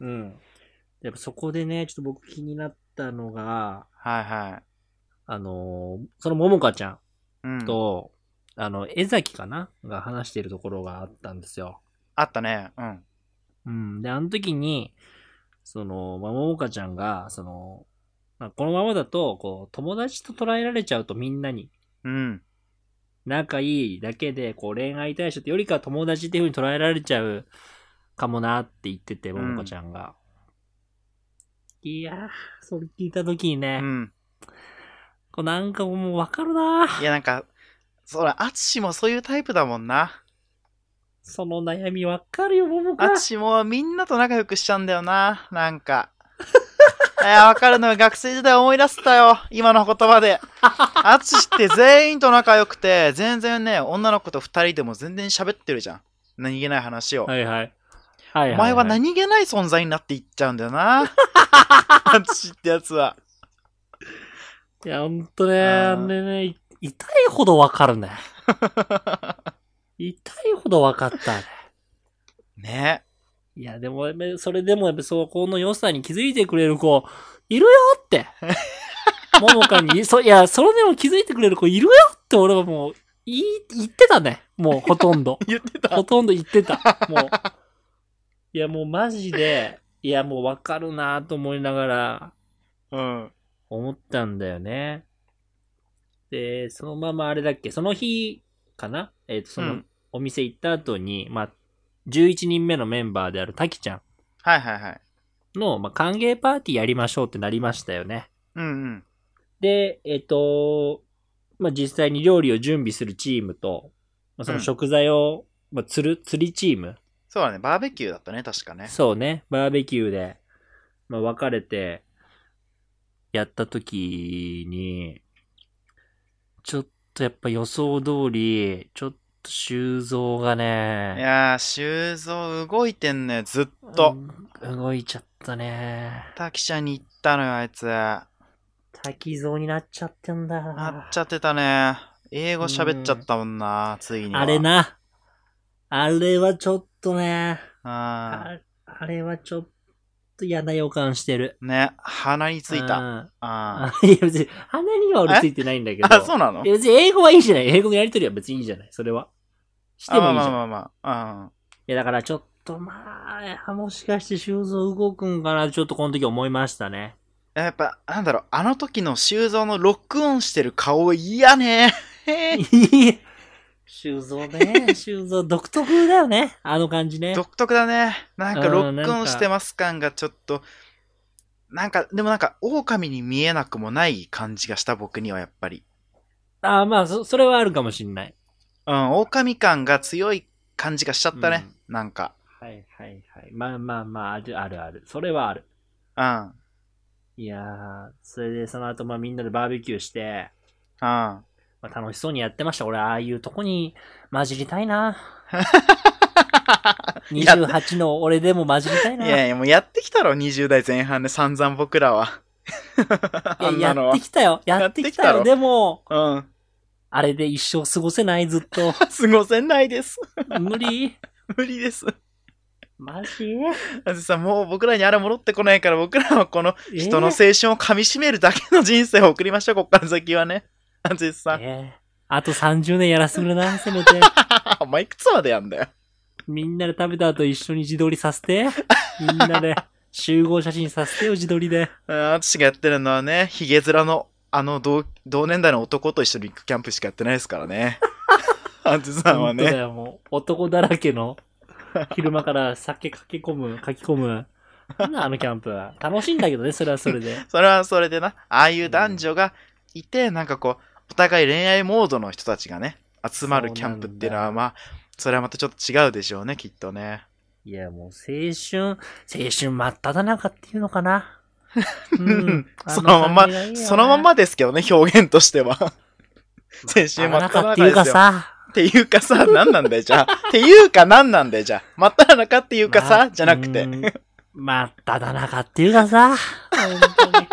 [SPEAKER 1] い。うん。やっぱそこでね、ちょっと僕気になったのが、
[SPEAKER 2] はいはい。
[SPEAKER 1] あのーそのももかちゃ
[SPEAKER 2] うん
[SPEAKER 1] ん。と、あの、江崎かなが話しているところがあったんですよ。
[SPEAKER 2] あったね。うん。
[SPEAKER 1] うん。で、あの時に、その、まあ、ももかちゃんが、その、まあ、このままだと、こう、友達と捉えられちゃうとみんなに、
[SPEAKER 2] うん。
[SPEAKER 1] 仲いいだけで、こう、恋愛対象ってよりかは友達っていう風に捉えられちゃうかもなって言ってて、
[SPEAKER 2] う
[SPEAKER 1] も
[SPEAKER 2] ん
[SPEAKER 1] もかちゃんが。いやー、それ聞いた時に
[SPEAKER 2] う
[SPEAKER 1] ね、
[SPEAKER 2] ん。
[SPEAKER 1] こうなんかもうわかるなー
[SPEAKER 2] いや、なんか、そら、アツシもそういうタイプだもんな。
[SPEAKER 1] その悩みわかるよ、もも
[SPEAKER 2] ア
[SPEAKER 1] か。
[SPEAKER 2] ツシもみんなと仲良くしちゃうんだよな。なんか。 いや、わかるのよ。学生時代思い出せたよ。今の言葉で。アツシって全員と仲良くて、全然ね、女の子と二人でも全然喋ってるじゃん。何気ない話を。
[SPEAKER 1] はいはい。はいはい、
[SPEAKER 2] お前は何気ない存在になっていっちゃうんだよな。アツシってやつは。
[SPEAKER 1] いや、ほんとね、
[SPEAKER 2] あ
[SPEAKER 1] あ
[SPEAKER 2] ー
[SPEAKER 1] れね、い痛いほどわかるね。痛いほどわかったね。
[SPEAKER 2] ね。
[SPEAKER 1] いや、でも、やっぱりそれでも、やっぱそこの良さに気づいてくれる子、いるよって。ももかに、そ、いや、それでも気づいてくれる子いるよって俺はもう、言い、言ってたね。もうほとんど。
[SPEAKER 2] 言ってた
[SPEAKER 1] ほ。とんど言ってた。もう。いや、もうマジで、いや、もうわかるなと思いながら、
[SPEAKER 2] うん。
[SPEAKER 1] 思ったんだよね。で、そのままあれだっけ、その日かなえっ、と、その、
[SPEAKER 2] うん
[SPEAKER 1] お店行った後に、まあ、11人目のメンバーである滝ちゃ
[SPEAKER 2] はいはいは
[SPEAKER 1] ん
[SPEAKER 2] い。
[SPEAKER 1] の、まあ、歓迎パーティーやりましょうってなりましたよね。
[SPEAKER 2] うんうん。
[SPEAKER 1] で、えっ、と、まあ、実際に料理を準備するチームと、まあ、その食材を、まあ、釣る、釣りチーム。
[SPEAKER 2] そうだね。バーベキューだったね。確かね。
[SPEAKER 1] そうね、バーベキューで、まあ、分かれて、やった時に、ちょっとやっぱ予想通り、ちょっと修造が
[SPEAKER 2] い
[SPEAKER 1] ね、
[SPEAKER 2] やー、修造動いてんのよ。ずっと。
[SPEAKER 1] うん動いちゃったね。
[SPEAKER 2] 滝ちゃんに行ったのよ、あいつ。な
[SPEAKER 1] 滝蔵になっちゃってんだよな
[SPEAKER 2] っちゃってたね。英語喋っちゃったもんな、ついには。
[SPEAKER 1] あれな。あれはちょっとね、
[SPEAKER 2] あ
[SPEAKER 1] ああれはちょっと嫌な予感してる。
[SPEAKER 2] ー。ね、鼻についた。
[SPEAKER 1] た。
[SPEAKER 2] あ
[SPEAKER 1] あいや別に鼻には俺ついてないんだけ
[SPEAKER 2] ー
[SPEAKER 1] ど。
[SPEAKER 2] あ、そうなの
[SPEAKER 1] いや 別に英語はいいじゃない。英語のやりとりは別にいいじゃない。それは。して
[SPEAKER 2] あ、
[SPEAKER 1] も
[SPEAKER 2] ま
[SPEAKER 1] い
[SPEAKER 2] あ
[SPEAKER 1] いじゃ
[SPEAKER 2] ま
[SPEAKER 1] ん。
[SPEAKER 2] あまあまあ。
[SPEAKER 1] いや、だからちょっとまあいや、もしかして修造動くんかな、ちょっとこの時思いましたね。
[SPEAKER 2] うん。やっぱ、なんだろう、あの時の修造のロックオンしてる顔嫌ね。
[SPEAKER 1] 修造ね、修造独特だよね。あの感じね。
[SPEAKER 2] 独特だね。なんか
[SPEAKER 1] うん
[SPEAKER 2] ロックオンしてます感がちょっと、なんか、でもなんか、狼に見えなくもない感じがした僕にはやっぱり。
[SPEAKER 1] ああ、まあそ、それはあるかもしんない。
[SPEAKER 2] うん、狼感が強い感じがしちゃったね。なんか。
[SPEAKER 1] はいはいはい。まあまあまあ、あるあるある。それはある。
[SPEAKER 2] うん。うん。
[SPEAKER 1] いやー、それでその後まあみんなでバーベキューして、
[SPEAKER 2] あ
[SPEAKER 1] まあ、楽しそうにやってました。俺、ああいうとこに混じりたいな。
[SPEAKER 2] いや
[SPEAKER 1] 28の俺でも混じりたい
[SPEAKER 2] い
[SPEAKER 1] な。
[SPEAKER 2] やいや、もうやってきたろ、20代前半で散々僕らは。あん
[SPEAKER 1] いや
[SPEAKER 2] なの
[SPEAKER 1] やっ
[SPEAKER 2] は
[SPEAKER 1] て。きたよ。やってきた
[SPEAKER 2] や
[SPEAKER 1] よ。
[SPEAKER 2] ってき
[SPEAKER 1] で
[SPEAKER 2] た
[SPEAKER 1] も、
[SPEAKER 2] うん。
[SPEAKER 1] あれで一生過ごせない、ずっと。
[SPEAKER 2] 過ごせないです。
[SPEAKER 1] 無理
[SPEAKER 2] 無理です。
[SPEAKER 1] マジ
[SPEAKER 2] あずさん、もう僕らにあれ戻ってこないから、僕らはこの人の青春を噛み締めるだけの人生を送りましょう、こっから先はね。あず
[SPEAKER 1] え
[SPEAKER 2] さ
[SPEAKER 1] ー
[SPEAKER 2] ん。
[SPEAKER 1] えーあと30年やらせてくれな、せめて。
[SPEAKER 2] お前いくつまでやんだよ。
[SPEAKER 1] みんなで食べた後一緒に自撮りさせて。みんなで集合写真させてよ、自撮りで。
[SPEAKER 2] あ私がやってるのはね、ヒゲ面の、あの同、同年代の男と一緒に行くキャンプしかやってないですか らね。アンジュさんは
[SPEAKER 1] 本当だ
[SPEAKER 2] ね。
[SPEAKER 1] よ、もう。男だらけの、昼間から酒かけ込む、かき込む。なんだあのキャンプは。楽しいんだけどね、それはそれで。
[SPEAKER 2] それはそれでな、ああいう男女がいて、なんかこう、お互い恋愛モードの人たちがね、集まるキャンプっていうの
[SPEAKER 1] そ
[SPEAKER 2] は、
[SPEAKER 1] うなんだ
[SPEAKER 2] まあ、それはまたちょっと違うでしょうね、きっとね。
[SPEAKER 1] いや、もう青春、青春真っ只中っていうのかな。うん、
[SPEAKER 2] そのまま
[SPEAKER 1] あ感じがいいよね
[SPEAKER 2] そのままですけどね、表現としては。青春
[SPEAKER 1] 真
[SPEAKER 2] 真
[SPEAKER 1] っ
[SPEAKER 2] っ
[SPEAKER 1] 中
[SPEAKER 2] 只
[SPEAKER 1] っ
[SPEAKER 2] 中
[SPEAKER 1] ていう
[SPEAKER 2] で
[SPEAKER 1] か
[SPEAKER 2] すよ。
[SPEAKER 1] さ、
[SPEAKER 2] っていうかさ、何なんだよ、じゃあ。っていうか何なんだよ、じゃあ。真っ只中っていうか
[SPEAKER 1] ま
[SPEAKER 2] さ
[SPEAKER 1] あ、
[SPEAKER 2] じゃなくて
[SPEAKER 1] う。ん真っ只中っていうかさ、本当に。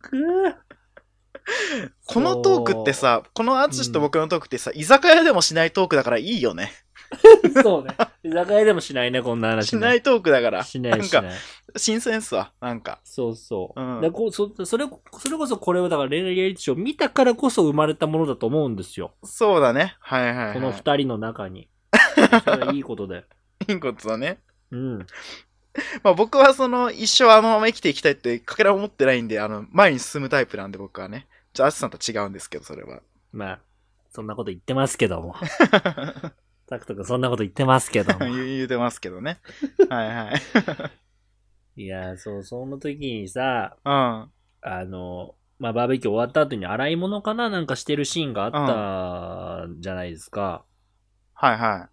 [SPEAKER 1] くー
[SPEAKER 2] このトークってさ、この淳と僕のトークってさ、居酒屋でもしないトークだからいいよね。
[SPEAKER 1] そうね。居酒屋でもしないね、こんな話、
[SPEAKER 2] し
[SPEAKER 1] ね。
[SPEAKER 2] ないトークだから。
[SPEAKER 1] しない、し
[SPEAKER 2] ん
[SPEAKER 1] な
[SPEAKER 2] か、
[SPEAKER 1] い。
[SPEAKER 2] 新鮮っすわ、なんか。
[SPEAKER 1] そうそう。
[SPEAKER 2] う
[SPEAKER 1] だ
[SPEAKER 2] ん
[SPEAKER 1] からこうそそれそれこそこれをだから恋愛リアリティショーを見たからこそ生まれたものだと思うんですよ。
[SPEAKER 2] そうだね。はいはい、はい。
[SPEAKER 1] この
[SPEAKER 2] 二
[SPEAKER 1] 二人の中 に。それはいいことで。
[SPEAKER 2] 人 ことだね。
[SPEAKER 1] うん。
[SPEAKER 2] まあ僕はその、一生あのまま生きていきたいって、かけらも持ってないんで、あの、前に進むタイプなんで僕はね。じゃあ淳さんと違うんですけど、それは。
[SPEAKER 1] まあ、そんなこと言ってますけども。タクト君そんなこと言ってますけども。
[SPEAKER 2] 言言うてますけど ね。はいはい。
[SPEAKER 1] いやー、そう、その時にさ、
[SPEAKER 2] うん。
[SPEAKER 1] あの、まあ、バーベキュー終わった後に洗い物かななんかしてるシーンがあったじゃないですか。
[SPEAKER 2] はいは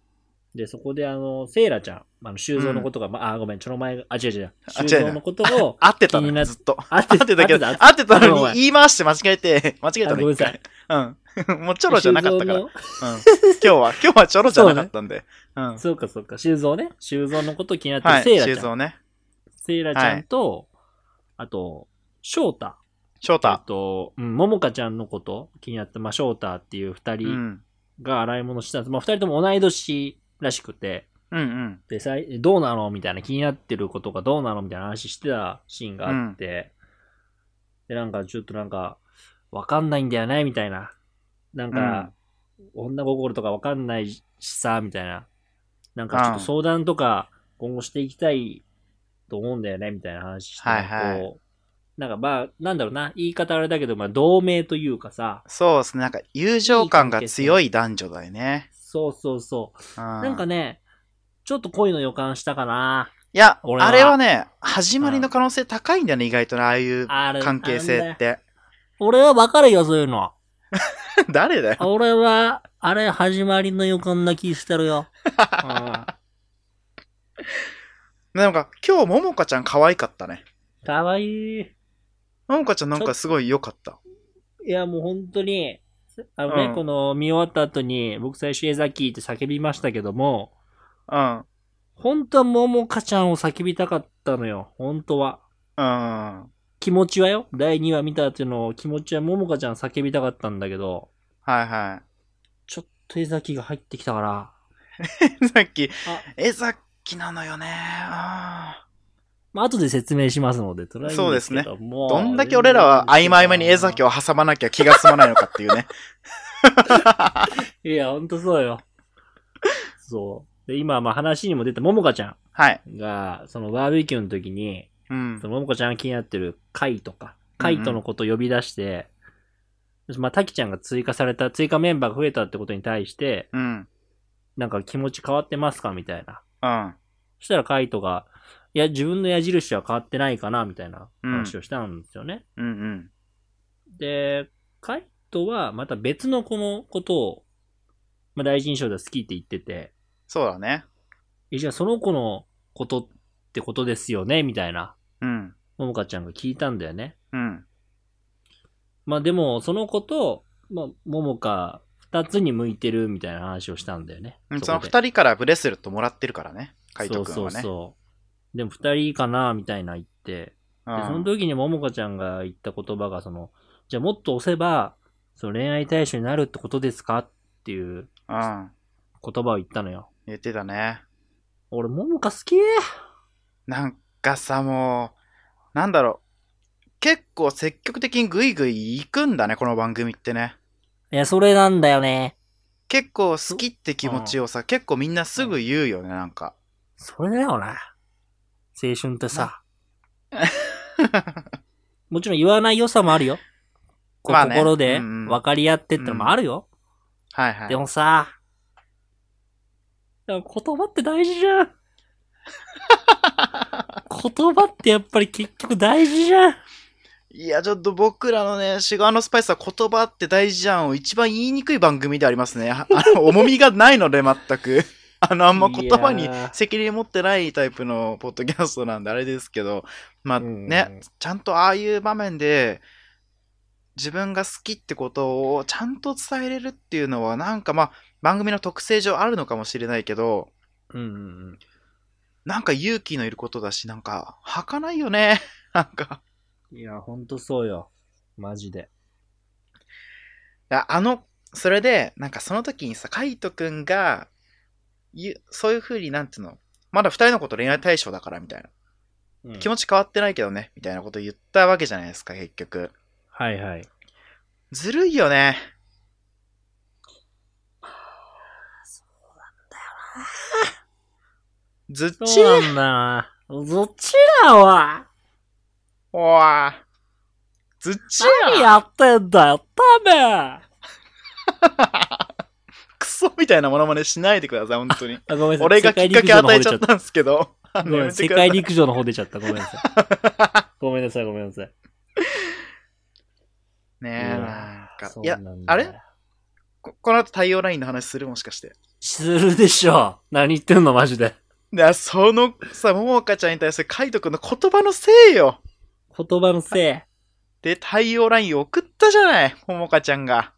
[SPEAKER 2] い。
[SPEAKER 1] で、そこであの、セイラちゃん、あの、修造のことが、まあ、あ、ごめん、ちょの前が、あ、違う違う、
[SPEAKER 2] あ違う
[SPEAKER 1] 修造のこと を、
[SPEAKER 2] 合ってた
[SPEAKER 1] 気に
[SPEAKER 2] のよ
[SPEAKER 1] なっ
[SPEAKER 2] ずっ と。
[SPEAKER 1] あっ
[SPEAKER 2] 合ってたけど、
[SPEAKER 1] あ
[SPEAKER 2] 合ってた
[SPEAKER 1] あお
[SPEAKER 2] の
[SPEAKER 1] 前
[SPEAKER 2] に言い回して間違えて、間違えた
[SPEAKER 1] あごめんな
[SPEAKER 2] の一
[SPEAKER 1] さ
[SPEAKER 2] 回
[SPEAKER 1] い。。
[SPEAKER 2] うん。 もうちょろじゃなかったから。
[SPEAKER 1] 修
[SPEAKER 2] うん
[SPEAKER 1] 造
[SPEAKER 2] 今日は、今日はちょろじゃなかったんで。うん
[SPEAKER 1] の。そうかそうか、修造ね。修造のこと気になってる
[SPEAKER 2] はい、
[SPEAKER 1] セイラ
[SPEAKER 2] 修
[SPEAKER 1] ちゃん。
[SPEAKER 2] 造ね。
[SPEAKER 1] セイラちゃんと、あと、翔太。
[SPEAKER 2] 翔
[SPEAKER 1] あ
[SPEAKER 2] 太。
[SPEAKER 1] と、うん、ももかちゃんのこと気になって、まあ、翔太っていう二
[SPEAKER 2] う
[SPEAKER 1] 人
[SPEAKER 2] ん。
[SPEAKER 1] が洗い物してたんです。まあ、二人とも同い年らしくて、
[SPEAKER 2] うんうん。
[SPEAKER 1] で、さいどうなのみたいな気になってることがどうなのみたいな話してたシーンがあって、で、なんかちょっとなんか、わかんないんだよねみたいな。なんか、女心とかわかんないしさ、みたいな。なんかちょっと相談とか今後していきたいと思うんだよねみたいな話して、
[SPEAKER 2] はいはい
[SPEAKER 1] こう、なんかまあ、なんだろうな、言い方あれだけど、まあ、同盟というかさ、
[SPEAKER 2] そうですね。なんか友情感が強い男女だよね。
[SPEAKER 1] そうそうそう。
[SPEAKER 2] な
[SPEAKER 1] なんかね、ちょっと恋の予感したかな。
[SPEAKER 2] いや、
[SPEAKER 1] 俺は
[SPEAKER 2] あれはね、始まりの可能性高いんだよね、意外とね、ああいう
[SPEAKER 1] ある
[SPEAKER 2] 関係
[SPEAKER 1] あんだ
[SPEAKER 2] 性
[SPEAKER 1] よ
[SPEAKER 2] って。
[SPEAKER 1] 俺はわかるよ、そういうの。
[SPEAKER 2] 誰だよ。
[SPEAKER 1] 俺は、あれ、始まりの予感な気してるよ。うん
[SPEAKER 2] なんか、今日、ももかちゃん可愛かったね。
[SPEAKER 1] かわいい。い
[SPEAKER 2] ももかちゃんなんかすごい良かった。
[SPEAKER 1] や、もう本当に、あのね、
[SPEAKER 2] うん
[SPEAKER 1] この見終わった後に、僕最初、江崎って叫びましたけども、
[SPEAKER 2] うん。
[SPEAKER 1] 本当はももかちゃんを叫びたかったのよ。本当は。
[SPEAKER 2] うん。
[SPEAKER 1] 気持ちはよ。第2話見たっていうのを気持ちはももかちゃん叫びたかったんだけど、
[SPEAKER 2] はいは
[SPEAKER 1] ちょっと江崎が入ってきたから、
[SPEAKER 2] い。 さっき
[SPEAKER 1] あ、
[SPEAKER 2] え、さっきなのよね。あ
[SPEAKER 1] まあ、後で説明しますので、とりあえず。
[SPEAKER 2] そうですね。
[SPEAKER 1] も
[SPEAKER 2] ーどんだけ俺らは曖昧めに江崎を挟まなきゃ気が済まないのかっていう ね。
[SPEAKER 1] いや、ほんとそうよ。そう。で、今、まあ話にも出た、ももかちゃ
[SPEAKER 2] はい。
[SPEAKER 1] んが、そのバーベキューの時に、
[SPEAKER 2] うん
[SPEAKER 1] そ。のももかちゃんが気になってるカイとか、カイトのことを呼び出して、まあ、タキちゃんが追加された、追加メンバーが増えたってことに対して、
[SPEAKER 2] うん。
[SPEAKER 1] なんか気持ち変わってますかみたいな。
[SPEAKER 2] うん。
[SPEAKER 1] そしたらカイトが、いや、自分の矢印は変わってないかな、みたいな話をしたんですよね。
[SPEAKER 2] うんうん。
[SPEAKER 1] で、カイトはまた別の子のことを、まあ、第一印象では好きって言ってて、
[SPEAKER 2] そうだね。
[SPEAKER 1] え、じゃあその子のことってことですよねみたいな、
[SPEAKER 2] うん。
[SPEAKER 1] ももかちゃんが聞いたんだよね。
[SPEAKER 2] うん。
[SPEAKER 1] まあでも、その子と、まあ、ももか、二つに向いてるみたいな話をしたんだよね。
[SPEAKER 2] う
[SPEAKER 1] こ
[SPEAKER 2] ん
[SPEAKER 1] で
[SPEAKER 2] その二人からブレスレットもらってるからね。海斗くん
[SPEAKER 1] そう
[SPEAKER 2] は
[SPEAKER 1] そう
[SPEAKER 2] ね。
[SPEAKER 1] そう。でも二人かなみたいな言って。
[SPEAKER 2] う
[SPEAKER 1] でその
[SPEAKER 2] ん
[SPEAKER 1] 時にももかちゃんが言った言葉が、その、じゃあもっと押せば、その恋愛対象になるってことですかっていう
[SPEAKER 2] うん。
[SPEAKER 1] 言葉を言ったのよ。
[SPEAKER 2] 言ってたね。
[SPEAKER 1] 俺、ももか好き
[SPEAKER 2] なんかさ、もう、なんだろう。結構積極的にグイグイ行くんだね、この番組ってね。
[SPEAKER 1] いや、それなんだよね。
[SPEAKER 2] 結構好きって気持ちをさ、結構みんなすぐ言うよね、なんか。
[SPEAKER 1] それだよな。青春ってさ。 もちろん言わない良さもあるよ。こう
[SPEAKER 2] まあね
[SPEAKER 1] 心で
[SPEAKER 2] うんうん
[SPEAKER 1] 分かり合ってってのもあるよ。
[SPEAKER 2] はいはい。
[SPEAKER 1] でもさ、でも言葉って大事じ ゃん。言葉ってやっぱり結局大事じゃん。
[SPEAKER 2] いや、ちょっと僕らのね、シュガーのスパイスは言葉って大事じゃんを一番言いにくい番組でありますね。あ あの、重みがないので、全く。あの、あんま言葉
[SPEAKER 1] い
[SPEAKER 2] に
[SPEAKER 1] やー
[SPEAKER 2] 責任持ってないタイプのポッドキャストなんで、あれですけど、まあ
[SPEAKER 1] うん
[SPEAKER 2] ね、ちゃんとああいう場面で、自分が好きってことをちゃんと伝えれるっていうのは、なんかまあ、番組の特性上あるのかもしれないけど、
[SPEAKER 1] うんうんうん。
[SPEAKER 2] なんか勇気のいることだし、なんか、儚かないよね。 なんか。
[SPEAKER 1] いや、ほんとそうよ。マジで。
[SPEAKER 2] ああの、それで、なんかその時にさ、カイトくんが、ゆそういう風になんていうの、まだ二人のこと恋愛対象だからみたいな。
[SPEAKER 1] うん
[SPEAKER 2] 気持ち変わってないけどね、みたいなこと言ったわけじゃないですか、結局。
[SPEAKER 1] はいはい。
[SPEAKER 2] ずるいよね。ずっち
[SPEAKER 1] そうなんだよな。どっちだわ。
[SPEAKER 2] おーずっち
[SPEAKER 1] 何
[SPEAKER 2] や
[SPEAKER 1] やってんだよ、ダメ
[SPEAKER 2] クソみたいなモノマネしないでください、本 当に。
[SPEAKER 1] あ、ごめんなさい。
[SPEAKER 2] 俺がきっかけ与えちゃっ
[SPEAKER 1] 世界陸上の方出ちゃった
[SPEAKER 2] んですけど。あ
[SPEAKER 1] た。ご
[SPEAKER 2] の
[SPEAKER 1] めん、世界陸上の方出ちゃった。ごめんなさい。ごめ
[SPEAKER 2] やめてください
[SPEAKER 1] んなさい、ごめんなさい。
[SPEAKER 2] ねえ、
[SPEAKER 1] うわ
[SPEAKER 2] なんか。
[SPEAKER 1] そう
[SPEAKER 2] いや、
[SPEAKER 1] なんだ
[SPEAKER 2] あれここの後太陽ラインの話するもしかして。
[SPEAKER 1] するでしょ。何言ってんの、マジで。
[SPEAKER 2] な、そのさ、ももかちゃんに対するカイト君の言葉のせいよ。
[SPEAKER 1] 言葉のせい。
[SPEAKER 2] で、太陽ラインを送ったじゃない、ももかちゃんが。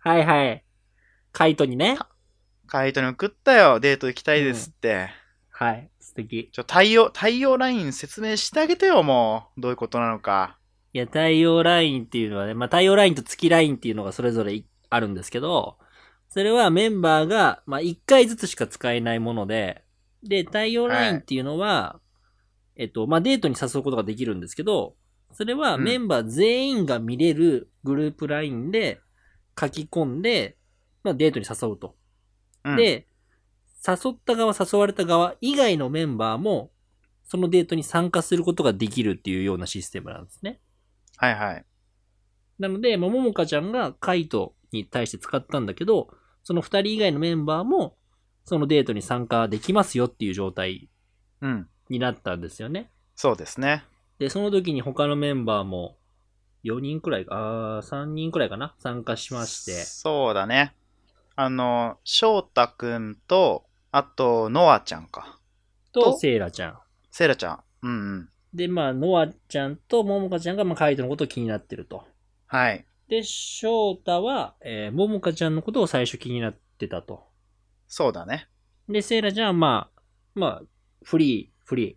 [SPEAKER 1] はいはい。カイトにね。
[SPEAKER 2] カイトに送ったよ、デート行きたいですって。
[SPEAKER 1] はい。素敵。
[SPEAKER 2] ちょ、太陽、太陽ライン説明してあげてよ、もう。どういうことなのか。
[SPEAKER 1] いや、太陽ラインっていうのはね、まあ、太陽ラインと月ラインっていうのがそれぞれいあるんですけど、それはメンバーが、まあ、1回ずつしか使えないもので、で、太陽ラインっていうのは、えっと、まあ、デートに誘うことができるんですけど、それは
[SPEAKER 2] うん
[SPEAKER 1] メンバー全員が見れるグループラインで書き込んで、まあ、デートに誘うと。
[SPEAKER 2] うん、
[SPEAKER 1] で、誘った側、誘われた側以外のメンバーも、そのデートに参加することができるっていうようなシステムなんですね。
[SPEAKER 2] はいはい。
[SPEAKER 1] なので、まあももかちゃんがカイトに対して使ったんだけど、その二人以外のメンバーも、そのデートに参加できますよっていう状態
[SPEAKER 2] うん。
[SPEAKER 1] になったんですよね。
[SPEAKER 2] そうですね。
[SPEAKER 1] で、その時に他のメンバーも、4人くらいか、あー3人くらいかな参加しまして。
[SPEAKER 2] そうだね。あの、翔太くんと、あと、ノアちゃんか。
[SPEAKER 1] と、
[SPEAKER 2] と
[SPEAKER 1] セイラちゃん。
[SPEAKER 2] セイラちゃん。うんうん。
[SPEAKER 1] で、まあ、ノアちゃんとももかちゃんが、まあ、カイトのことを気になってると。
[SPEAKER 2] はい。
[SPEAKER 1] で、翔太は、えー、ももかちゃんのことを最初気になってたと。
[SPEAKER 2] そうだね。
[SPEAKER 1] で、セイラちゃんは、まあ、まあ、フリー、フリー。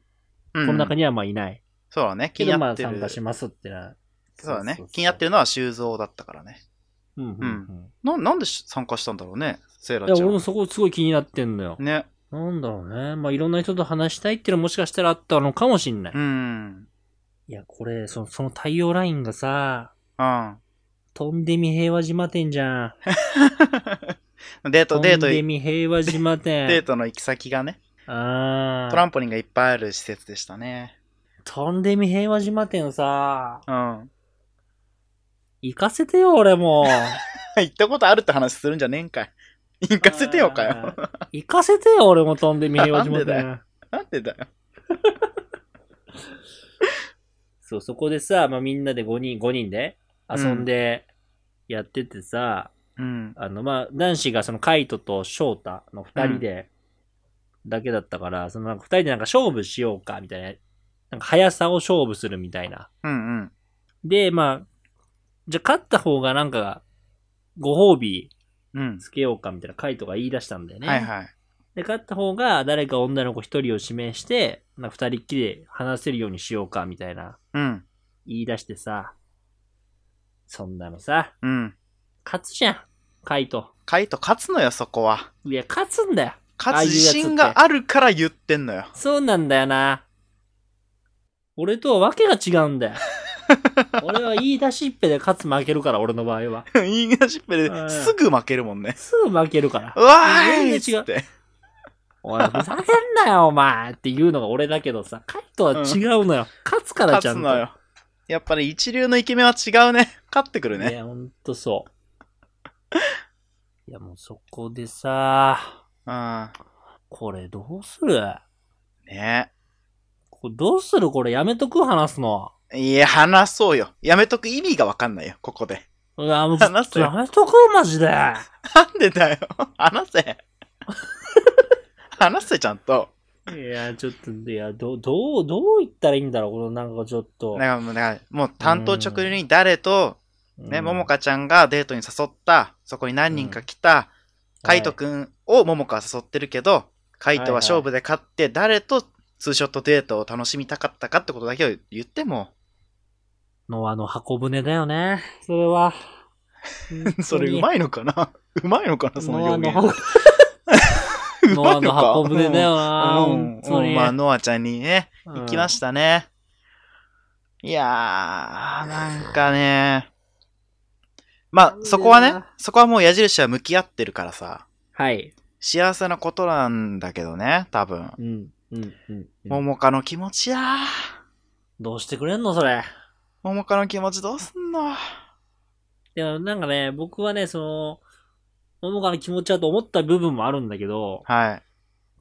[SPEAKER 2] うん、
[SPEAKER 1] この中にはまあいない。
[SPEAKER 2] そうだね。気
[SPEAKER 1] け
[SPEAKER 2] に
[SPEAKER 1] ど
[SPEAKER 2] な
[SPEAKER 1] ま
[SPEAKER 2] っ
[SPEAKER 1] あ
[SPEAKER 2] てる。
[SPEAKER 1] 参加しますってな。
[SPEAKER 2] そうだね。気になってるのは修造だったからね。
[SPEAKER 1] る。うんうんうん。
[SPEAKER 2] ななんでし参加したんだろうね、セイラ
[SPEAKER 1] いや、
[SPEAKER 2] ち
[SPEAKER 1] 俺
[SPEAKER 2] ゃ
[SPEAKER 1] も
[SPEAKER 2] ん。
[SPEAKER 1] そこすごい気になってんのよ。
[SPEAKER 2] ね。
[SPEAKER 1] なんだろうね。まあいろんな人と話したいっていうのはもしかしたらあったのかもしんない。
[SPEAKER 2] うん。
[SPEAKER 1] いや、これ、その、その太陽ラインがさ、
[SPEAKER 2] うん。
[SPEAKER 1] とんでみ平和島店じゃん。
[SPEAKER 2] デート、デー
[SPEAKER 1] と
[SPEAKER 2] ト、
[SPEAKER 1] んで
[SPEAKER 2] デ
[SPEAKER 1] み平和島店。
[SPEAKER 2] ートの行き先がね、
[SPEAKER 1] あー
[SPEAKER 2] トランポリンがいっぱいある施設でしたね。
[SPEAKER 1] とんでみ平和島店さ、
[SPEAKER 2] うん。
[SPEAKER 1] 行かせてよ、俺も。
[SPEAKER 2] 行ったことあるって話するんじゃねえん かい。行かせてよかよ。
[SPEAKER 1] あー。行かせてよ、俺もとんでみ平和島
[SPEAKER 2] なんでだ
[SPEAKER 1] 店。
[SPEAKER 2] なんでだよ。
[SPEAKER 1] そう、そこでさ、まあ、みんなで5人、5人で遊んでやっててさ、
[SPEAKER 2] うん。
[SPEAKER 1] あの、まあ、男子がそのカイトと翔太の2人で、だけだったから、そのなんか2人でなんか勝負しようか、みたいな。なんか速さを勝負するみたいな。
[SPEAKER 2] うんうん。
[SPEAKER 1] で、まあ、じゃあ勝った方がなんか、ご褒美
[SPEAKER 2] うん。
[SPEAKER 1] つけようかみたいなカイトが言い出したんだよね。
[SPEAKER 2] はいはい。
[SPEAKER 1] で、勝った方が誰か女の子1人を指名して、なんか2人っきりで話せるようにしようかみたいな
[SPEAKER 2] うん。
[SPEAKER 1] 言い出してさ、そんなのさ、
[SPEAKER 2] うん。
[SPEAKER 1] 勝つじゃん、カイト。
[SPEAKER 2] カイト勝つのよ、そこは。
[SPEAKER 1] いや、勝つんだよ。ああい
[SPEAKER 2] 勝
[SPEAKER 1] う
[SPEAKER 2] つ
[SPEAKER 1] やつって
[SPEAKER 2] 自信があるから言ってんのよ。
[SPEAKER 1] そうなんだよな。俺とはわけが違うんだよ。俺は言い出しっぺで勝つ負けるから、俺の場合は。
[SPEAKER 2] イ ンガシッペ
[SPEAKER 1] う
[SPEAKER 2] で
[SPEAKER 1] ん
[SPEAKER 2] すぐ負けるもんね。
[SPEAKER 1] すぐ負けるから
[SPEAKER 2] う。わーい
[SPEAKER 1] 全
[SPEAKER 2] っ
[SPEAKER 1] 然違う
[SPEAKER 2] つって。
[SPEAKER 1] おい、ふざけんなよ、お前っていうのが俺だけどさ、カイトは違うのよ。勝つからちゃ
[SPEAKER 2] 勝
[SPEAKER 1] ん
[SPEAKER 2] つ
[SPEAKER 1] と。
[SPEAKER 2] のよ。やっぱり一流のイケメンは違うね。勝ってくる
[SPEAKER 1] い
[SPEAKER 2] ね。
[SPEAKER 1] や、ほんと そう。いや、もうそこでさ、
[SPEAKER 2] うん。
[SPEAKER 1] これどうする
[SPEAKER 2] ね
[SPEAKER 1] これどうするこれやめとく話すの。
[SPEAKER 2] いや、話そうよ。やめとく意味がわかんないよ、ここで。
[SPEAKER 1] うわ、もう
[SPEAKER 2] 話すよ
[SPEAKER 1] やめとくマ ジで。
[SPEAKER 2] なんでだよ。話せ。話せ、ちゃんと。
[SPEAKER 1] いや、ちょっと、いや、ど、どう、どう言ったらいいんだろうこのなんかちょっと。
[SPEAKER 2] なんかもう、なんかもう担当直入に誰と、ね、
[SPEAKER 1] うん
[SPEAKER 2] ももかちゃんがデートに誘った、そこに何人か来た、カイトくんをももかは誘ってるけど、カイトは勝負で勝って、誰とツーショットデートを楽しみたかったかってことだけを言っ ても、
[SPEAKER 1] のあの箱舟だよね。それは。
[SPEAKER 2] それう
[SPEAKER 1] い。
[SPEAKER 2] まいの かなうまいのかなその
[SPEAKER 1] ノア
[SPEAKER 2] 表
[SPEAKER 1] の
[SPEAKER 2] 現。
[SPEAKER 1] 箱、
[SPEAKER 2] う
[SPEAKER 1] ノ
[SPEAKER 2] ま
[SPEAKER 1] ア
[SPEAKER 2] いの
[SPEAKER 1] の
[SPEAKER 2] か
[SPEAKER 1] 箱舟だよな。
[SPEAKER 2] う
[SPEAKER 1] 本
[SPEAKER 2] ん
[SPEAKER 1] 当
[SPEAKER 2] う
[SPEAKER 1] に。
[SPEAKER 2] んまあ、ノアちゃんにね、
[SPEAKER 1] 行
[SPEAKER 2] 行きましたね。いやー、なんかね、まあ、そこはね、そこはもう矢印は向き合ってるからさ、
[SPEAKER 1] た。はい。
[SPEAKER 2] 幸せなことなんだけどね、多分。
[SPEAKER 1] うん、うん、うんう
[SPEAKER 2] も
[SPEAKER 1] ん。
[SPEAKER 2] もかの気持ちやー。
[SPEAKER 1] どうしてくれんのそれ。
[SPEAKER 2] ももかの気持ちどうすんの
[SPEAKER 1] でもなんかね、僕はね、その、ももかの気持ちだと思った部分もあるんだけど、
[SPEAKER 2] はい。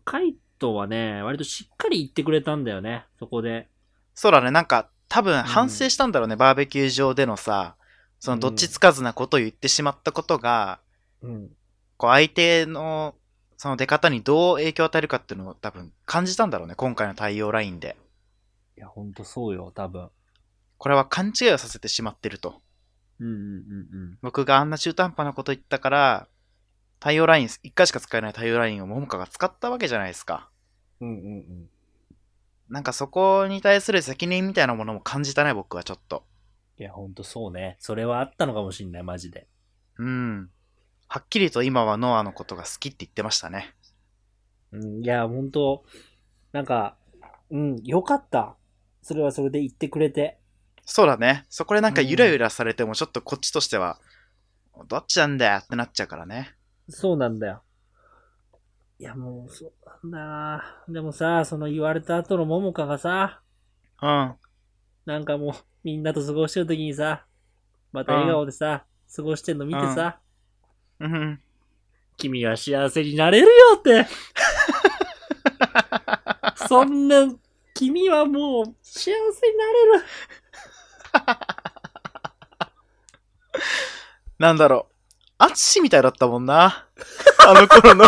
[SPEAKER 1] カイトはね、割としっかり言ってくれたんだよね、そこで。
[SPEAKER 2] そうだね、なんか、多分反省したんだろうね、バーベキュー場でのさ、そのどっちつかずなことを言ってしまったことが、
[SPEAKER 1] うん。
[SPEAKER 2] こう相手の、その出方にどう影響を与えるかっていうのを多分感じたんだろうね、今回の対応ラインで。
[SPEAKER 1] いや、ほんとそうよ、多分。
[SPEAKER 2] これは勘違いをさせてしまってると。
[SPEAKER 1] うんうんうん
[SPEAKER 2] 僕があんな中途半端なこと言ったから、対応ライン、一回しか使えない対応ラインをももかが使ったわけじゃないですか。
[SPEAKER 1] うん。うんうんうん。
[SPEAKER 2] なんかそこに対する責任みたいなものも感じたね、僕はちょっと。
[SPEAKER 1] いや、ほんとそうね。それはあったのかもしんない、マジで。
[SPEAKER 2] うん。はっきりと今はノアのことが好きって言ってましたね。
[SPEAKER 1] うん、いや、ほんと、なんか、うん、よかった。それはそれで言ってくれて。
[SPEAKER 2] そうだね。そこでなんかゆらゆらされてもちょっとこっちとしては、どっちなんだよってなっちゃうからね。
[SPEAKER 1] そうなんだよ。いや、もう、そうなんだなでもさ、その言われた後のももかがさ、
[SPEAKER 2] うん。
[SPEAKER 1] なんかもう、みんなと過ごしてる時にさ、また笑顔でさ、過ごしてんの見てさ、
[SPEAKER 2] うん。
[SPEAKER 1] 君は幸せになれるよ って。そんな、君はもう幸せになれる。
[SPEAKER 2] なんだろう。アツシみたいだったもんな。あの頃の。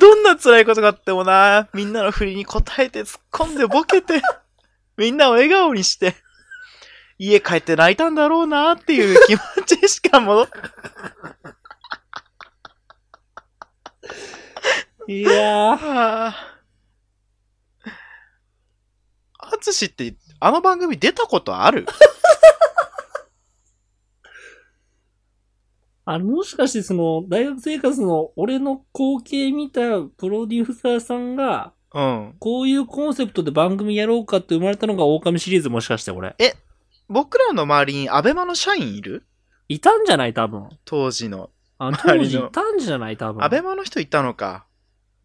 [SPEAKER 2] どんな辛いことがあってもな、みんなの振りに応えて突っ込んでボケて、みんなを笑顔にして、家帰って泣いたんだろうなっていう気持ちしか戻っ
[SPEAKER 1] いやー、
[SPEAKER 2] ああ。つしって、あの番組出たことある
[SPEAKER 1] あの、もしかしてその、大学生活の俺の光景見たプロデューサーさんが、
[SPEAKER 2] うん。
[SPEAKER 1] こういうコンセプトで番組やろうかって生まれたのが狼シリーズもしかしてこれ。
[SPEAKER 2] 僕らの周りにアベマの社員いる
[SPEAKER 1] いたんじゃない多分。
[SPEAKER 2] 当時の。
[SPEAKER 1] あ
[SPEAKER 2] 周り
[SPEAKER 1] 当
[SPEAKER 2] の
[SPEAKER 1] 時いたんじゃない多分。
[SPEAKER 2] アベマの人いたのか。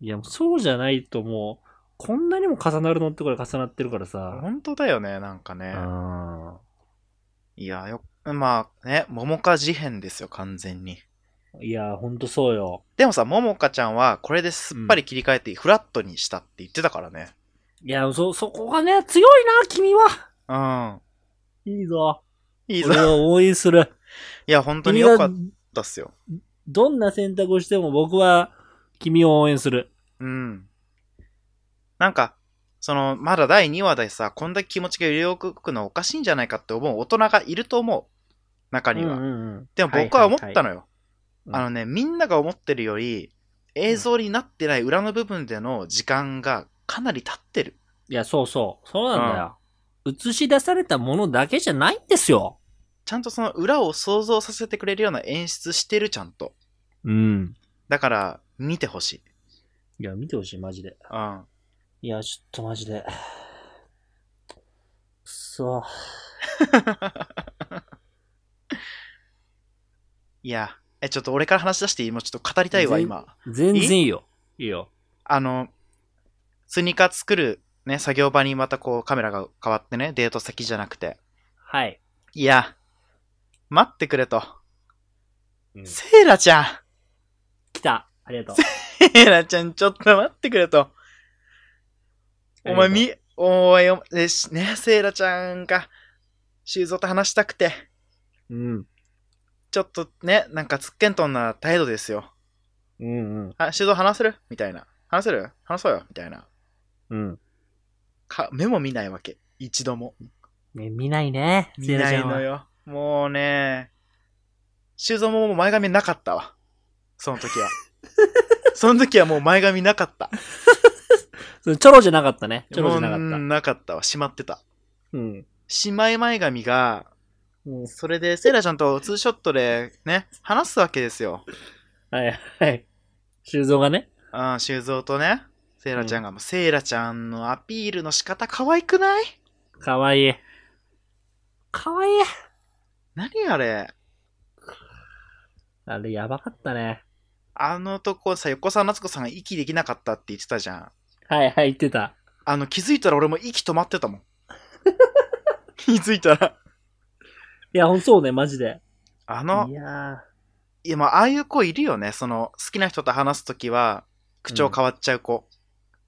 [SPEAKER 1] いや、もうそうじゃないともう、こんなにも重なるのってこれ重なってるからさ。
[SPEAKER 2] 本当だよね、なんかね。
[SPEAKER 1] あ
[SPEAKER 2] いや、よ、まあね、桃花事変ですよ、完全に。
[SPEAKER 1] ーいや、ほんとそうよ。
[SPEAKER 2] でもさ、桃花ちゃんはこれですっぱり切り替えてフラットにしたって言ってたからね。
[SPEAKER 1] いや、そ、そこがね、強いな、君は。
[SPEAKER 2] うん。
[SPEAKER 1] いいぞ。
[SPEAKER 2] いいぞ。
[SPEAKER 1] 俺は応援する。
[SPEAKER 2] いや、本当に
[SPEAKER 1] 君
[SPEAKER 2] 良か
[SPEAKER 1] が
[SPEAKER 2] っ、たっすよ。
[SPEAKER 1] どんな選択をしても僕は、君を応援する。
[SPEAKER 2] うん。なんか、その、まだ第2話でさ、こんだけ気持ちが揺れ動くのはおかしいんじゃないかって思う大人がいると思う。中には。
[SPEAKER 1] うんうんうん
[SPEAKER 2] でも僕は思った
[SPEAKER 1] い
[SPEAKER 2] のよ。
[SPEAKER 1] うん
[SPEAKER 2] あのね、みんなが思ってるより、映像になってない裏の部分での時間がかなり経ってる。
[SPEAKER 1] いや、そうそう。そうなんだよ。映し出されたものだけじゃないんですよ。
[SPEAKER 2] ちゃんとその裏を想像させてくれるような演出してる、ちゃんと。
[SPEAKER 1] うん。
[SPEAKER 2] だから、見てほしい。
[SPEAKER 1] いや、見てほしい、マジで。
[SPEAKER 2] うん。
[SPEAKER 1] いや、ちょっとマジで。くそう。
[SPEAKER 2] いや、え、ちょっと俺から話し出していいもうちょっと語りたいわ、
[SPEAKER 1] 全
[SPEAKER 2] 今。
[SPEAKER 1] 全然いいよ。いいよ。
[SPEAKER 2] あの、スニーカー作るね、作業場にまたこうカメラが変わってね、デート先じゃなくて。
[SPEAKER 1] はい。
[SPEAKER 2] いや、待ってくれと。
[SPEAKER 1] うん
[SPEAKER 2] セイラちゃん
[SPEAKER 1] 来た。ありがとう。
[SPEAKER 2] セイラちゃん、ちょっと待ってくれと。 お前、み、おい、お前、えしね、セイラちゃんが、修造と話したくて、
[SPEAKER 1] うん。
[SPEAKER 2] ちょっとね、なんかつっけんとんな態度ですよ。
[SPEAKER 1] うんうん。
[SPEAKER 2] あ、修造話せるみたいな。話せる話そうよみたいな。
[SPEAKER 1] うん。
[SPEAKER 2] か、目も見ないわけ。一度も。
[SPEAKER 1] ね、見ないね。
[SPEAKER 2] 見ない
[SPEAKER 1] よ。
[SPEAKER 2] のよ。もうね、修造ももう前髪なかったわ。その 時は。その時はもう前髪なかった。
[SPEAKER 1] そうチョロじゃなかったね。チョロじゃなかっ
[SPEAKER 2] もう
[SPEAKER 1] た。
[SPEAKER 2] なかったわ。しまってた。
[SPEAKER 1] うん。
[SPEAKER 2] しまい前髪が、
[SPEAKER 1] うん
[SPEAKER 2] それでセイラちゃんとツーショットでね、話すわけですよ。
[SPEAKER 1] はいはい。修造がね。
[SPEAKER 2] うん、修造とね、セイラちゃんが、もうセイラちゃんのアピールの仕方可愛くない
[SPEAKER 1] かわいい。かわいい。
[SPEAKER 2] 何あれ
[SPEAKER 1] あれ、やばかったね。
[SPEAKER 2] あのとこさ、横澤夏子さんが息できなかったって言ってたじゃん。
[SPEAKER 1] はいはい、言ってた。
[SPEAKER 2] あの、気づいたら俺も息止まってたもん。気づいたら。
[SPEAKER 1] いや、ほんそうね、マジで。
[SPEAKER 2] あ
[SPEAKER 1] いや
[SPEAKER 2] の、
[SPEAKER 1] ー。
[SPEAKER 2] いや、まあ、ああいう子いるよね。その、好きな人と話すときは、口調変わっちゃう子。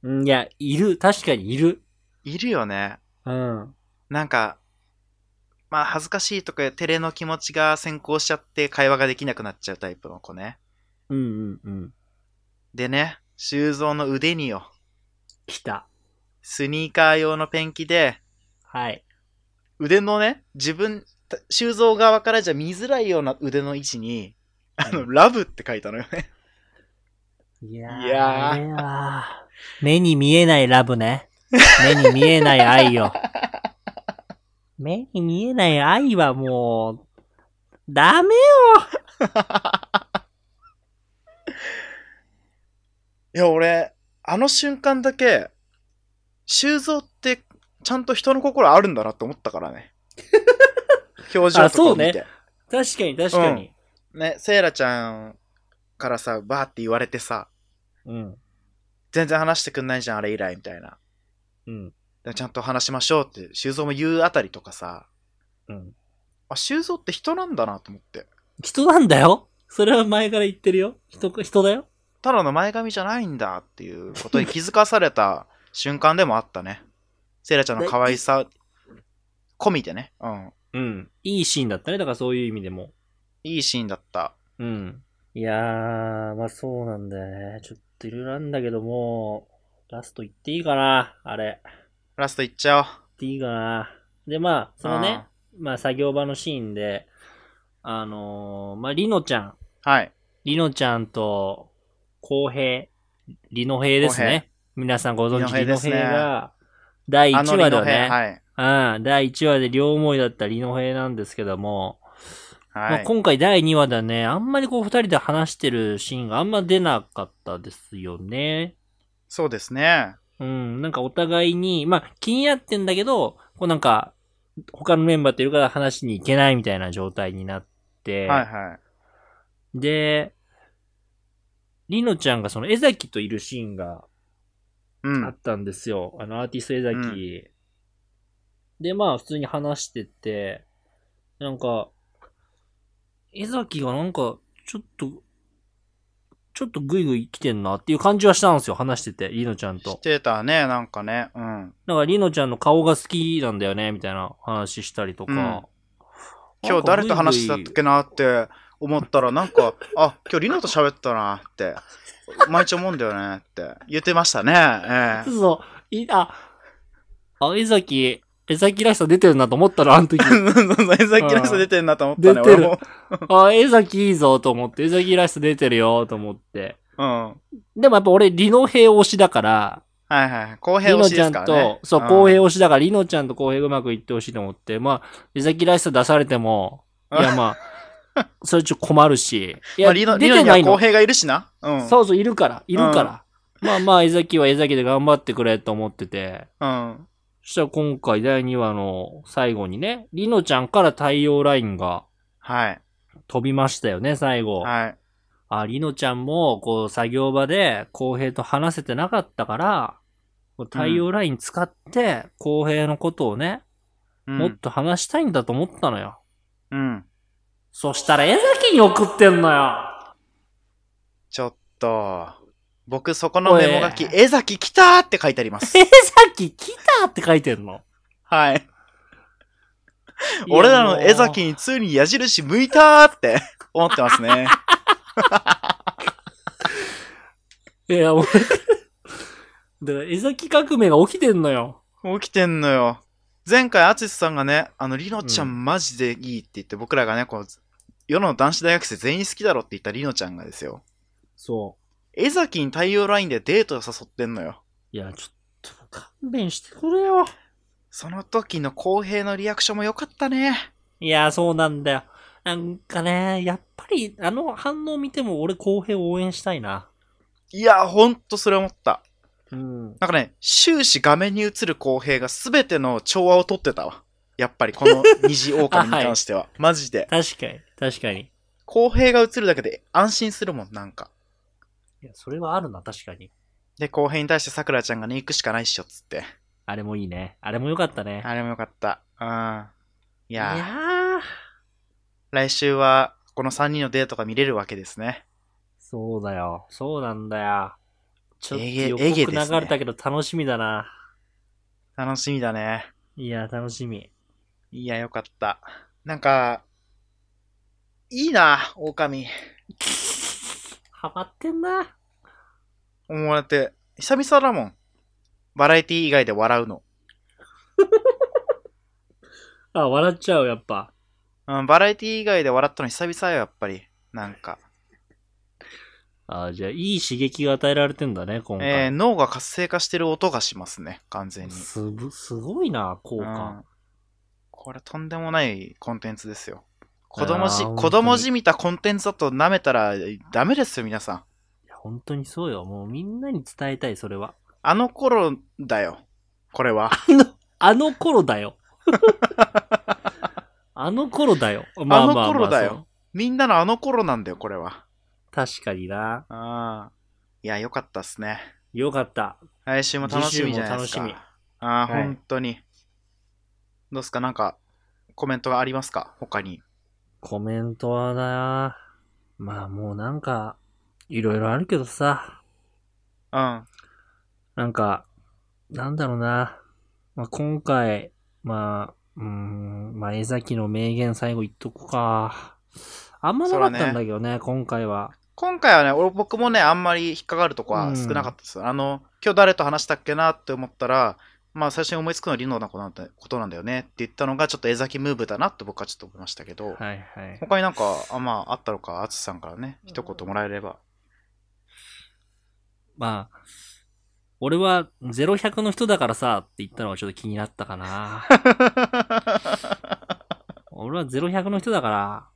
[SPEAKER 1] うんいや、いる。確かにいる。
[SPEAKER 2] いるよね。
[SPEAKER 1] うん。
[SPEAKER 2] なんか、まあ、恥ずかしいとか、照れの気持ちが先行しちゃって、会話ができなくなっちゃうタイプの子ね。
[SPEAKER 1] うんうんうん。
[SPEAKER 2] でね、修造の腕によ、
[SPEAKER 1] 来た。
[SPEAKER 2] スニーカー用のペンキで、
[SPEAKER 1] はい。
[SPEAKER 2] 腕のね、自分、た修造側からじゃ見づらいような腕の位置に、あの、ラブって書いたのよね。
[SPEAKER 1] いや
[SPEAKER 2] いやー
[SPEAKER 1] あれは目に見えないラブね。目に見えない愛よ。 目に見えない愛はもう、ダメ
[SPEAKER 2] いや、俺、あの瞬間だけ、修造って、ちゃんと人の心あるんだなって思ったからね。 表情とかを見て。
[SPEAKER 1] 確かに確かに。
[SPEAKER 2] ね、セイラちゃんからさ、バーって言われてさ、
[SPEAKER 1] うん。
[SPEAKER 2] 全然話してくんないじゃん、あれ以来、みたいな。
[SPEAKER 1] うん。
[SPEAKER 2] でちゃんと話しましょうって、修造も言うあたりとかさ、
[SPEAKER 1] うん。
[SPEAKER 2] あ、修造って人なんだなと思って。
[SPEAKER 1] 人なんだよそれは前から言ってるよ。人、人だよ。
[SPEAKER 2] ただの前髪じゃないんだっていうことに気づかされた瞬間でもあったね。セイラちゃんの可愛さ、込みでね。うん。
[SPEAKER 1] うん。いいシーンだったね。だからそういう意味でも。
[SPEAKER 2] いいシーンだった。
[SPEAKER 1] うん。いやー、まあそうなんだよね。ちょっといろいろなんだけども、ラスト言っていいかなあれ。
[SPEAKER 2] ラストいっちゃおう。
[SPEAKER 1] っていいかな。で、まあ、そのね、まあ、作業場のシーンで、あのーまあ、りのちゃん、
[SPEAKER 2] はい。
[SPEAKER 1] りのちゃんと、公平、りの平ですね。皆さんご存知、
[SPEAKER 2] り
[SPEAKER 1] り
[SPEAKER 2] の
[SPEAKER 1] の平
[SPEAKER 2] 平ですね
[SPEAKER 1] が、第1
[SPEAKER 2] あの
[SPEAKER 1] 話だよ
[SPEAKER 2] りの
[SPEAKER 1] ね。
[SPEAKER 2] へはい。
[SPEAKER 1] うん、第1話で両思いだったりの平なんですけども、ま
[SPEAKER 2] は
[SPEAKER 1] あ、
[SPEAKER 2] い。
[SPEAKER 1] 今回第2話だね、あんまりこう二人で話してるシーンがあんま出なかったですよね。
[SPEAKER 2] そうですね。
[SPEAKER 1] うん、なんかお互いに、まあ気になってんだけど、こうなんか、他のメンバーといるから話しに行けないみたいな状態になって、
[SPEAKER 2] はいは
[SPEAKER 1] で、りのちゃんがその江崎といるシーンが
[SPEAKER 2] い。う
[SPEAKER 1] あ
[SPEAKER 2] ん
[SPEAKER 1] っ。たんですよ。あのアーティスト江崎。で、まあ普通に話してて、なんか、江崎がなんか、ちょっと、ちょっとグイグイ来てんなっていう感じはしたんですよ、話してて、りのちゃんと
[SPEAKER 2] し。てたね、なんかね。うん。
[SPEAKER 1] なんか、りのちゃんの顔が好きなんだよね、みたいな話したりとか。
[SPEAKER 2] うん今日誰と話してたっけなって思ったら、なんか、あ、今日リノと喋ったなって、毎日思うんだよねって言ってましたね。 ええ
[SPEAKER 1] そう、いあ、あ、江崎、江崎らしさ出てるなと思ったら、あ の時。
[SPEAKER 2] さっきの人出てんなと思ったね、
[SPEAKER 1] 出て
[SPEAKER 2] 俺
[SPEAKER 1] る
[SPEAKER 2] も。
[SPEAKER 1] あ、江崎いいぞと思って、江崎らしさ出てるよと思って。
[SPEAKER 2] うん。は
[SPEAKER 1] でもやっぱ俺、りの平推しだから、
[SPEAKER 2] いはい。公
[SPEAKER 1] り
[SPEAKER 2] 平推
[SPEAKER 1] の
[SPEAKER 2] し
[SPEAKER 1] ち
[SPEAKER 2] で
[SPEAKER 1] ゃ
[SPEAKER 2] す
[SPEAKER 1] ん
[SPEAKER 2] から
[SPEAKER 1] と、
[SPEAKER 2] ね。
[SPEAKER 1] そう、
[SPEAKER 2] ん
[SPEAKER 1] 公平推しだから、りのちゃんと公平がうまくいってほしいと思って、まあ、江崎らしさ出されても、いやま あ、それちょっと困るし。い
[SPEAKER 2] ま
[SPEAKER 1] や、
[SPEAKER 2] あリノ、
[SPEAKER 1] 出
[SPEAKER 2] リノ
[SPEAKER 1] て
[SPEAKER 2] に
[SPEAKER 1] な
[SPEAKER 2] はい
[SPEAKER 1] の
[SPEAKER 2] 公平がいるしな。うん。
[SPEAKER 1] そうそう、いるから、いるから。まあまあ、江崎は江崎で頑張ってくれと思ってて、
[SPEAKER 2] うん。
[SPEAKER 1] そしたら今回第2話の最後にね、りのちゃんから太陽ラインが
[SPEAKER 2] はい。
[SPEAKER 1] 飛びましたよね、最後。
[SPEAKER 2] はい。
[SPEAKER 1] あ、りのちゃんも、こう、作業場で、公平と話せてなかったから、こう太陽ライン使って、公平のことをね、
[SPEAKER 2] うん
[SPEAKER 1] もっと話したいんだと思ったのよ。
[SPEAKER 2] うん。
[SPEAKER 1] そしたら、江崎に送ってんのよ
[SPEAKER 2] ちょっと、僕そこのメモ書き
[SPEAKER 1] お、い
[SPEAKER 2] 江崎来たーって書いてありま す
[SPEAKER 1] 江。崎来たって書いてんの。
[SPEAKER 2] はい。 俺らの江崎についに矢印向いたーって 思ってますね。
[SPEAKER 1] いや、もうい や、俺、だから江崎革命が起きてんのよ。
[SPEAKER 2] 起きてんのよ。前回、アツシさんがね、あの、りのちゃ
[SPEAKER 1] うん
[SPEAKER 2] マジでいいって言って、僕らがね、こう、世の男子大学生全員好きだろって言ったりのちゃんがですよ。
[SPEAKER 1] そ
[SPEAKER 2] 江崎に太陽ラインでデートを誘ってんのよ。
[SPEAKER 1] う。いや、ちょっと勘弁してくれよ。
[SPEAKER 2] その時の公平のリアクションも良かったね。
[SPEAKER 1] いや、そうなんだよ。なんかね、やっぱり、あの反応見ても俺、公平を応援したいな。
[SPEAKER 2] いや、ほんとそれ思った。
[SPEAKER 1] うん。
[SPEAKER 2] なんかね、終始画面に映る公平が全ての調和をとってたわ。やっぱりこの虹狼に関 しては。マジで。
[SPEAKER 1] 確かに、確かに。
[SPEAKER 2] 公平が映るだけで安心するもん、なんか。
[SPEAKER 1] いや、それはあるな、確かに。
[SPEAKER 2] で、公平に対して桜ちゃんがね、行くしかないっしょ、つって。
[SPEAKER 1] あれもいいね。あれもよかったね。
[SPEAKER 2] あれもよかった。うん。い
[SPEAKER 1] い
[SPEAKER 2] やー
[SPEAKER 1] やー
[SPEAKER 2] 来週はこの3人のデートが見れるわけですね。
[SPEAKER 1] そうだよ。そうなんだよ。ちょっと
[SPEAKER 2] えげ
[SPEAKER 1] 予
[SPEAKER 2] えげ
[SPEAKER 1] 告
[SPEAKER 2] です
[SPEAKER 1] 流
[SPEAKER 2] ね
[SPEAKER 1] れたけど楽しみだな。
[SPEAKER 2] 楽しみだね。
[SPEAKER 1] いや、楽し み。
[SPEAKER 2] いや、よかった。なんか、いいな、狼。
[SPEAKER 1] ハマってんな。
[SPEAKER 2] 思われて、久々だもん。バラエティ以外で笑うの。
[SPEAKER 1] あ、笑っちゃう、やっぱ。
[SPEAKER 2] うん、バラエティ以外で笑ったの久々よ、やっぱり。なんか。
[SPEAKER 1] あじゃあ、いい刺激が与えられてんだね、今回。
[SPEAKER 2] えー、脳が活性化してる音がしますね、完全に。
[SPEAKER 1] すぶ、すごいな、効
[SPEAKER 2] うん
[SPEAKER 1] 果。
[SPEAKER 2] これとんでもないコンテンツですよ。子供じ、
[SPEAKER 1] あー
[SPEAKER 2] 子供じみたコンテンツだと舐めたらダメですよ、皆さん。
[SPEAKER 1] いや本当にそうよ。もうみんなに伝えたい、それは。
[SPEAKER 2] あの頃だよ、これ は。
[SPEAKER 1] あの頃だ よ。あの頃だよ。まあまあまあ
[SPEAKER 2] あの頃だよ
[SPEAKER 1] そう。
[SPEAKER 2] みんなのあの頃なんだよ、これは。
[SPEAKER 1] 確かにな。
[SPEAKER 2] ああ。いや、よかったっすね。
[SPEAKER 1] よかった。
[SPEAKER 2] 来週も楽しみじゃないで
[SPEAKER 1] 次
[SPEAKER 2] す
[SPEAKER 1] 週
[SPEAKER 2] か。
[SPEAKER 1] も楽し
[SPEAKER 2] ああ、
[SPEAKER 1] はい
[SPEAKER 2] 本当に。どうっすかなんか、コメントがありますか他に。
[SPEAKER 1] コメントはな。まあもうなんか、いろいろあるけどさ。
[SPEAKER 2] うん。
[SPEAKER 1] なんか、なんだろうな。まあ今回、まあ、うーん、まあ江崎の名言最後言っとこうか。あんまなかったんだけどね、今回は。
[SPEAKER 2] 今回はね、俺僕もね、あんまり引っかかるとこは少なかったです。あの、今日誰と話したっけなって思ったら、まあ最初に思いつくのはリノのことなんだことなんだよねって言ったのが、ちょっと江崎ムーブだなって僕はちょっと思いましたけ
[SPEAKER 1] は
[SPEAKER 2] ど、
[SPEAKER 1] いはい。
[SPEAKER 2] 他になんか、あまああったのか、アツさんからね、一言もらえ れば。
[SPEAKER 1] まあ、俺は0100の人だからさって言ったのがちょっと気になったか な。俺は0100の人だから、ま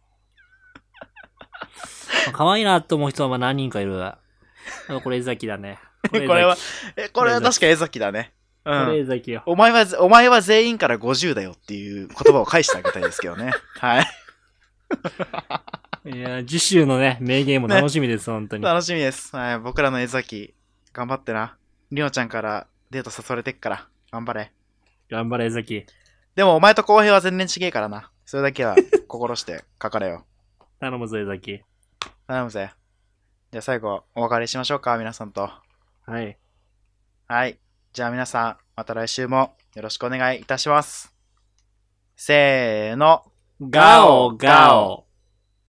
[SPEAKER 1] あ可愛いなと思う人はまあ何人かいる。でもこれ江崎だ ね。こ江崎
[SPEAKER 2] これは、え、これは確か江崎だね。う
[SPEAKER 1] これ江
[SPEAKER 2] ん。
[SPEAKER 1] 崎よ。
[SPEAKER 2] お前は、お前は全員から50だよっていう言葉を返してあげたいですけどね。はい。
[SPEAKER 1] いやー、次週のね、名言も楽しみです、本当に。
[SPEAKER 2] 楽しみです。はい。僕らの江崎、頑張ってな。りのちゃんからデート誘われてっから、頑張れ。
[SPEAKER 1] 頑張れ江崎。
[SPEAKER 2] でもお前と公平は全然違えからな。それだけは心して書かれよ。
[SPEAKER 1] 頼むぞ江崎。
[SPEAKER 2] 頼むぜ。じゃあ最後、お別れしましょうか、皆さんと。
[SPEAKER 1] はい。
[SPEAKER 2] はい。じゃあ皆さん、また来週もよろしくお願いいたします。せーの。
[SPEAKER 1] ガオガオ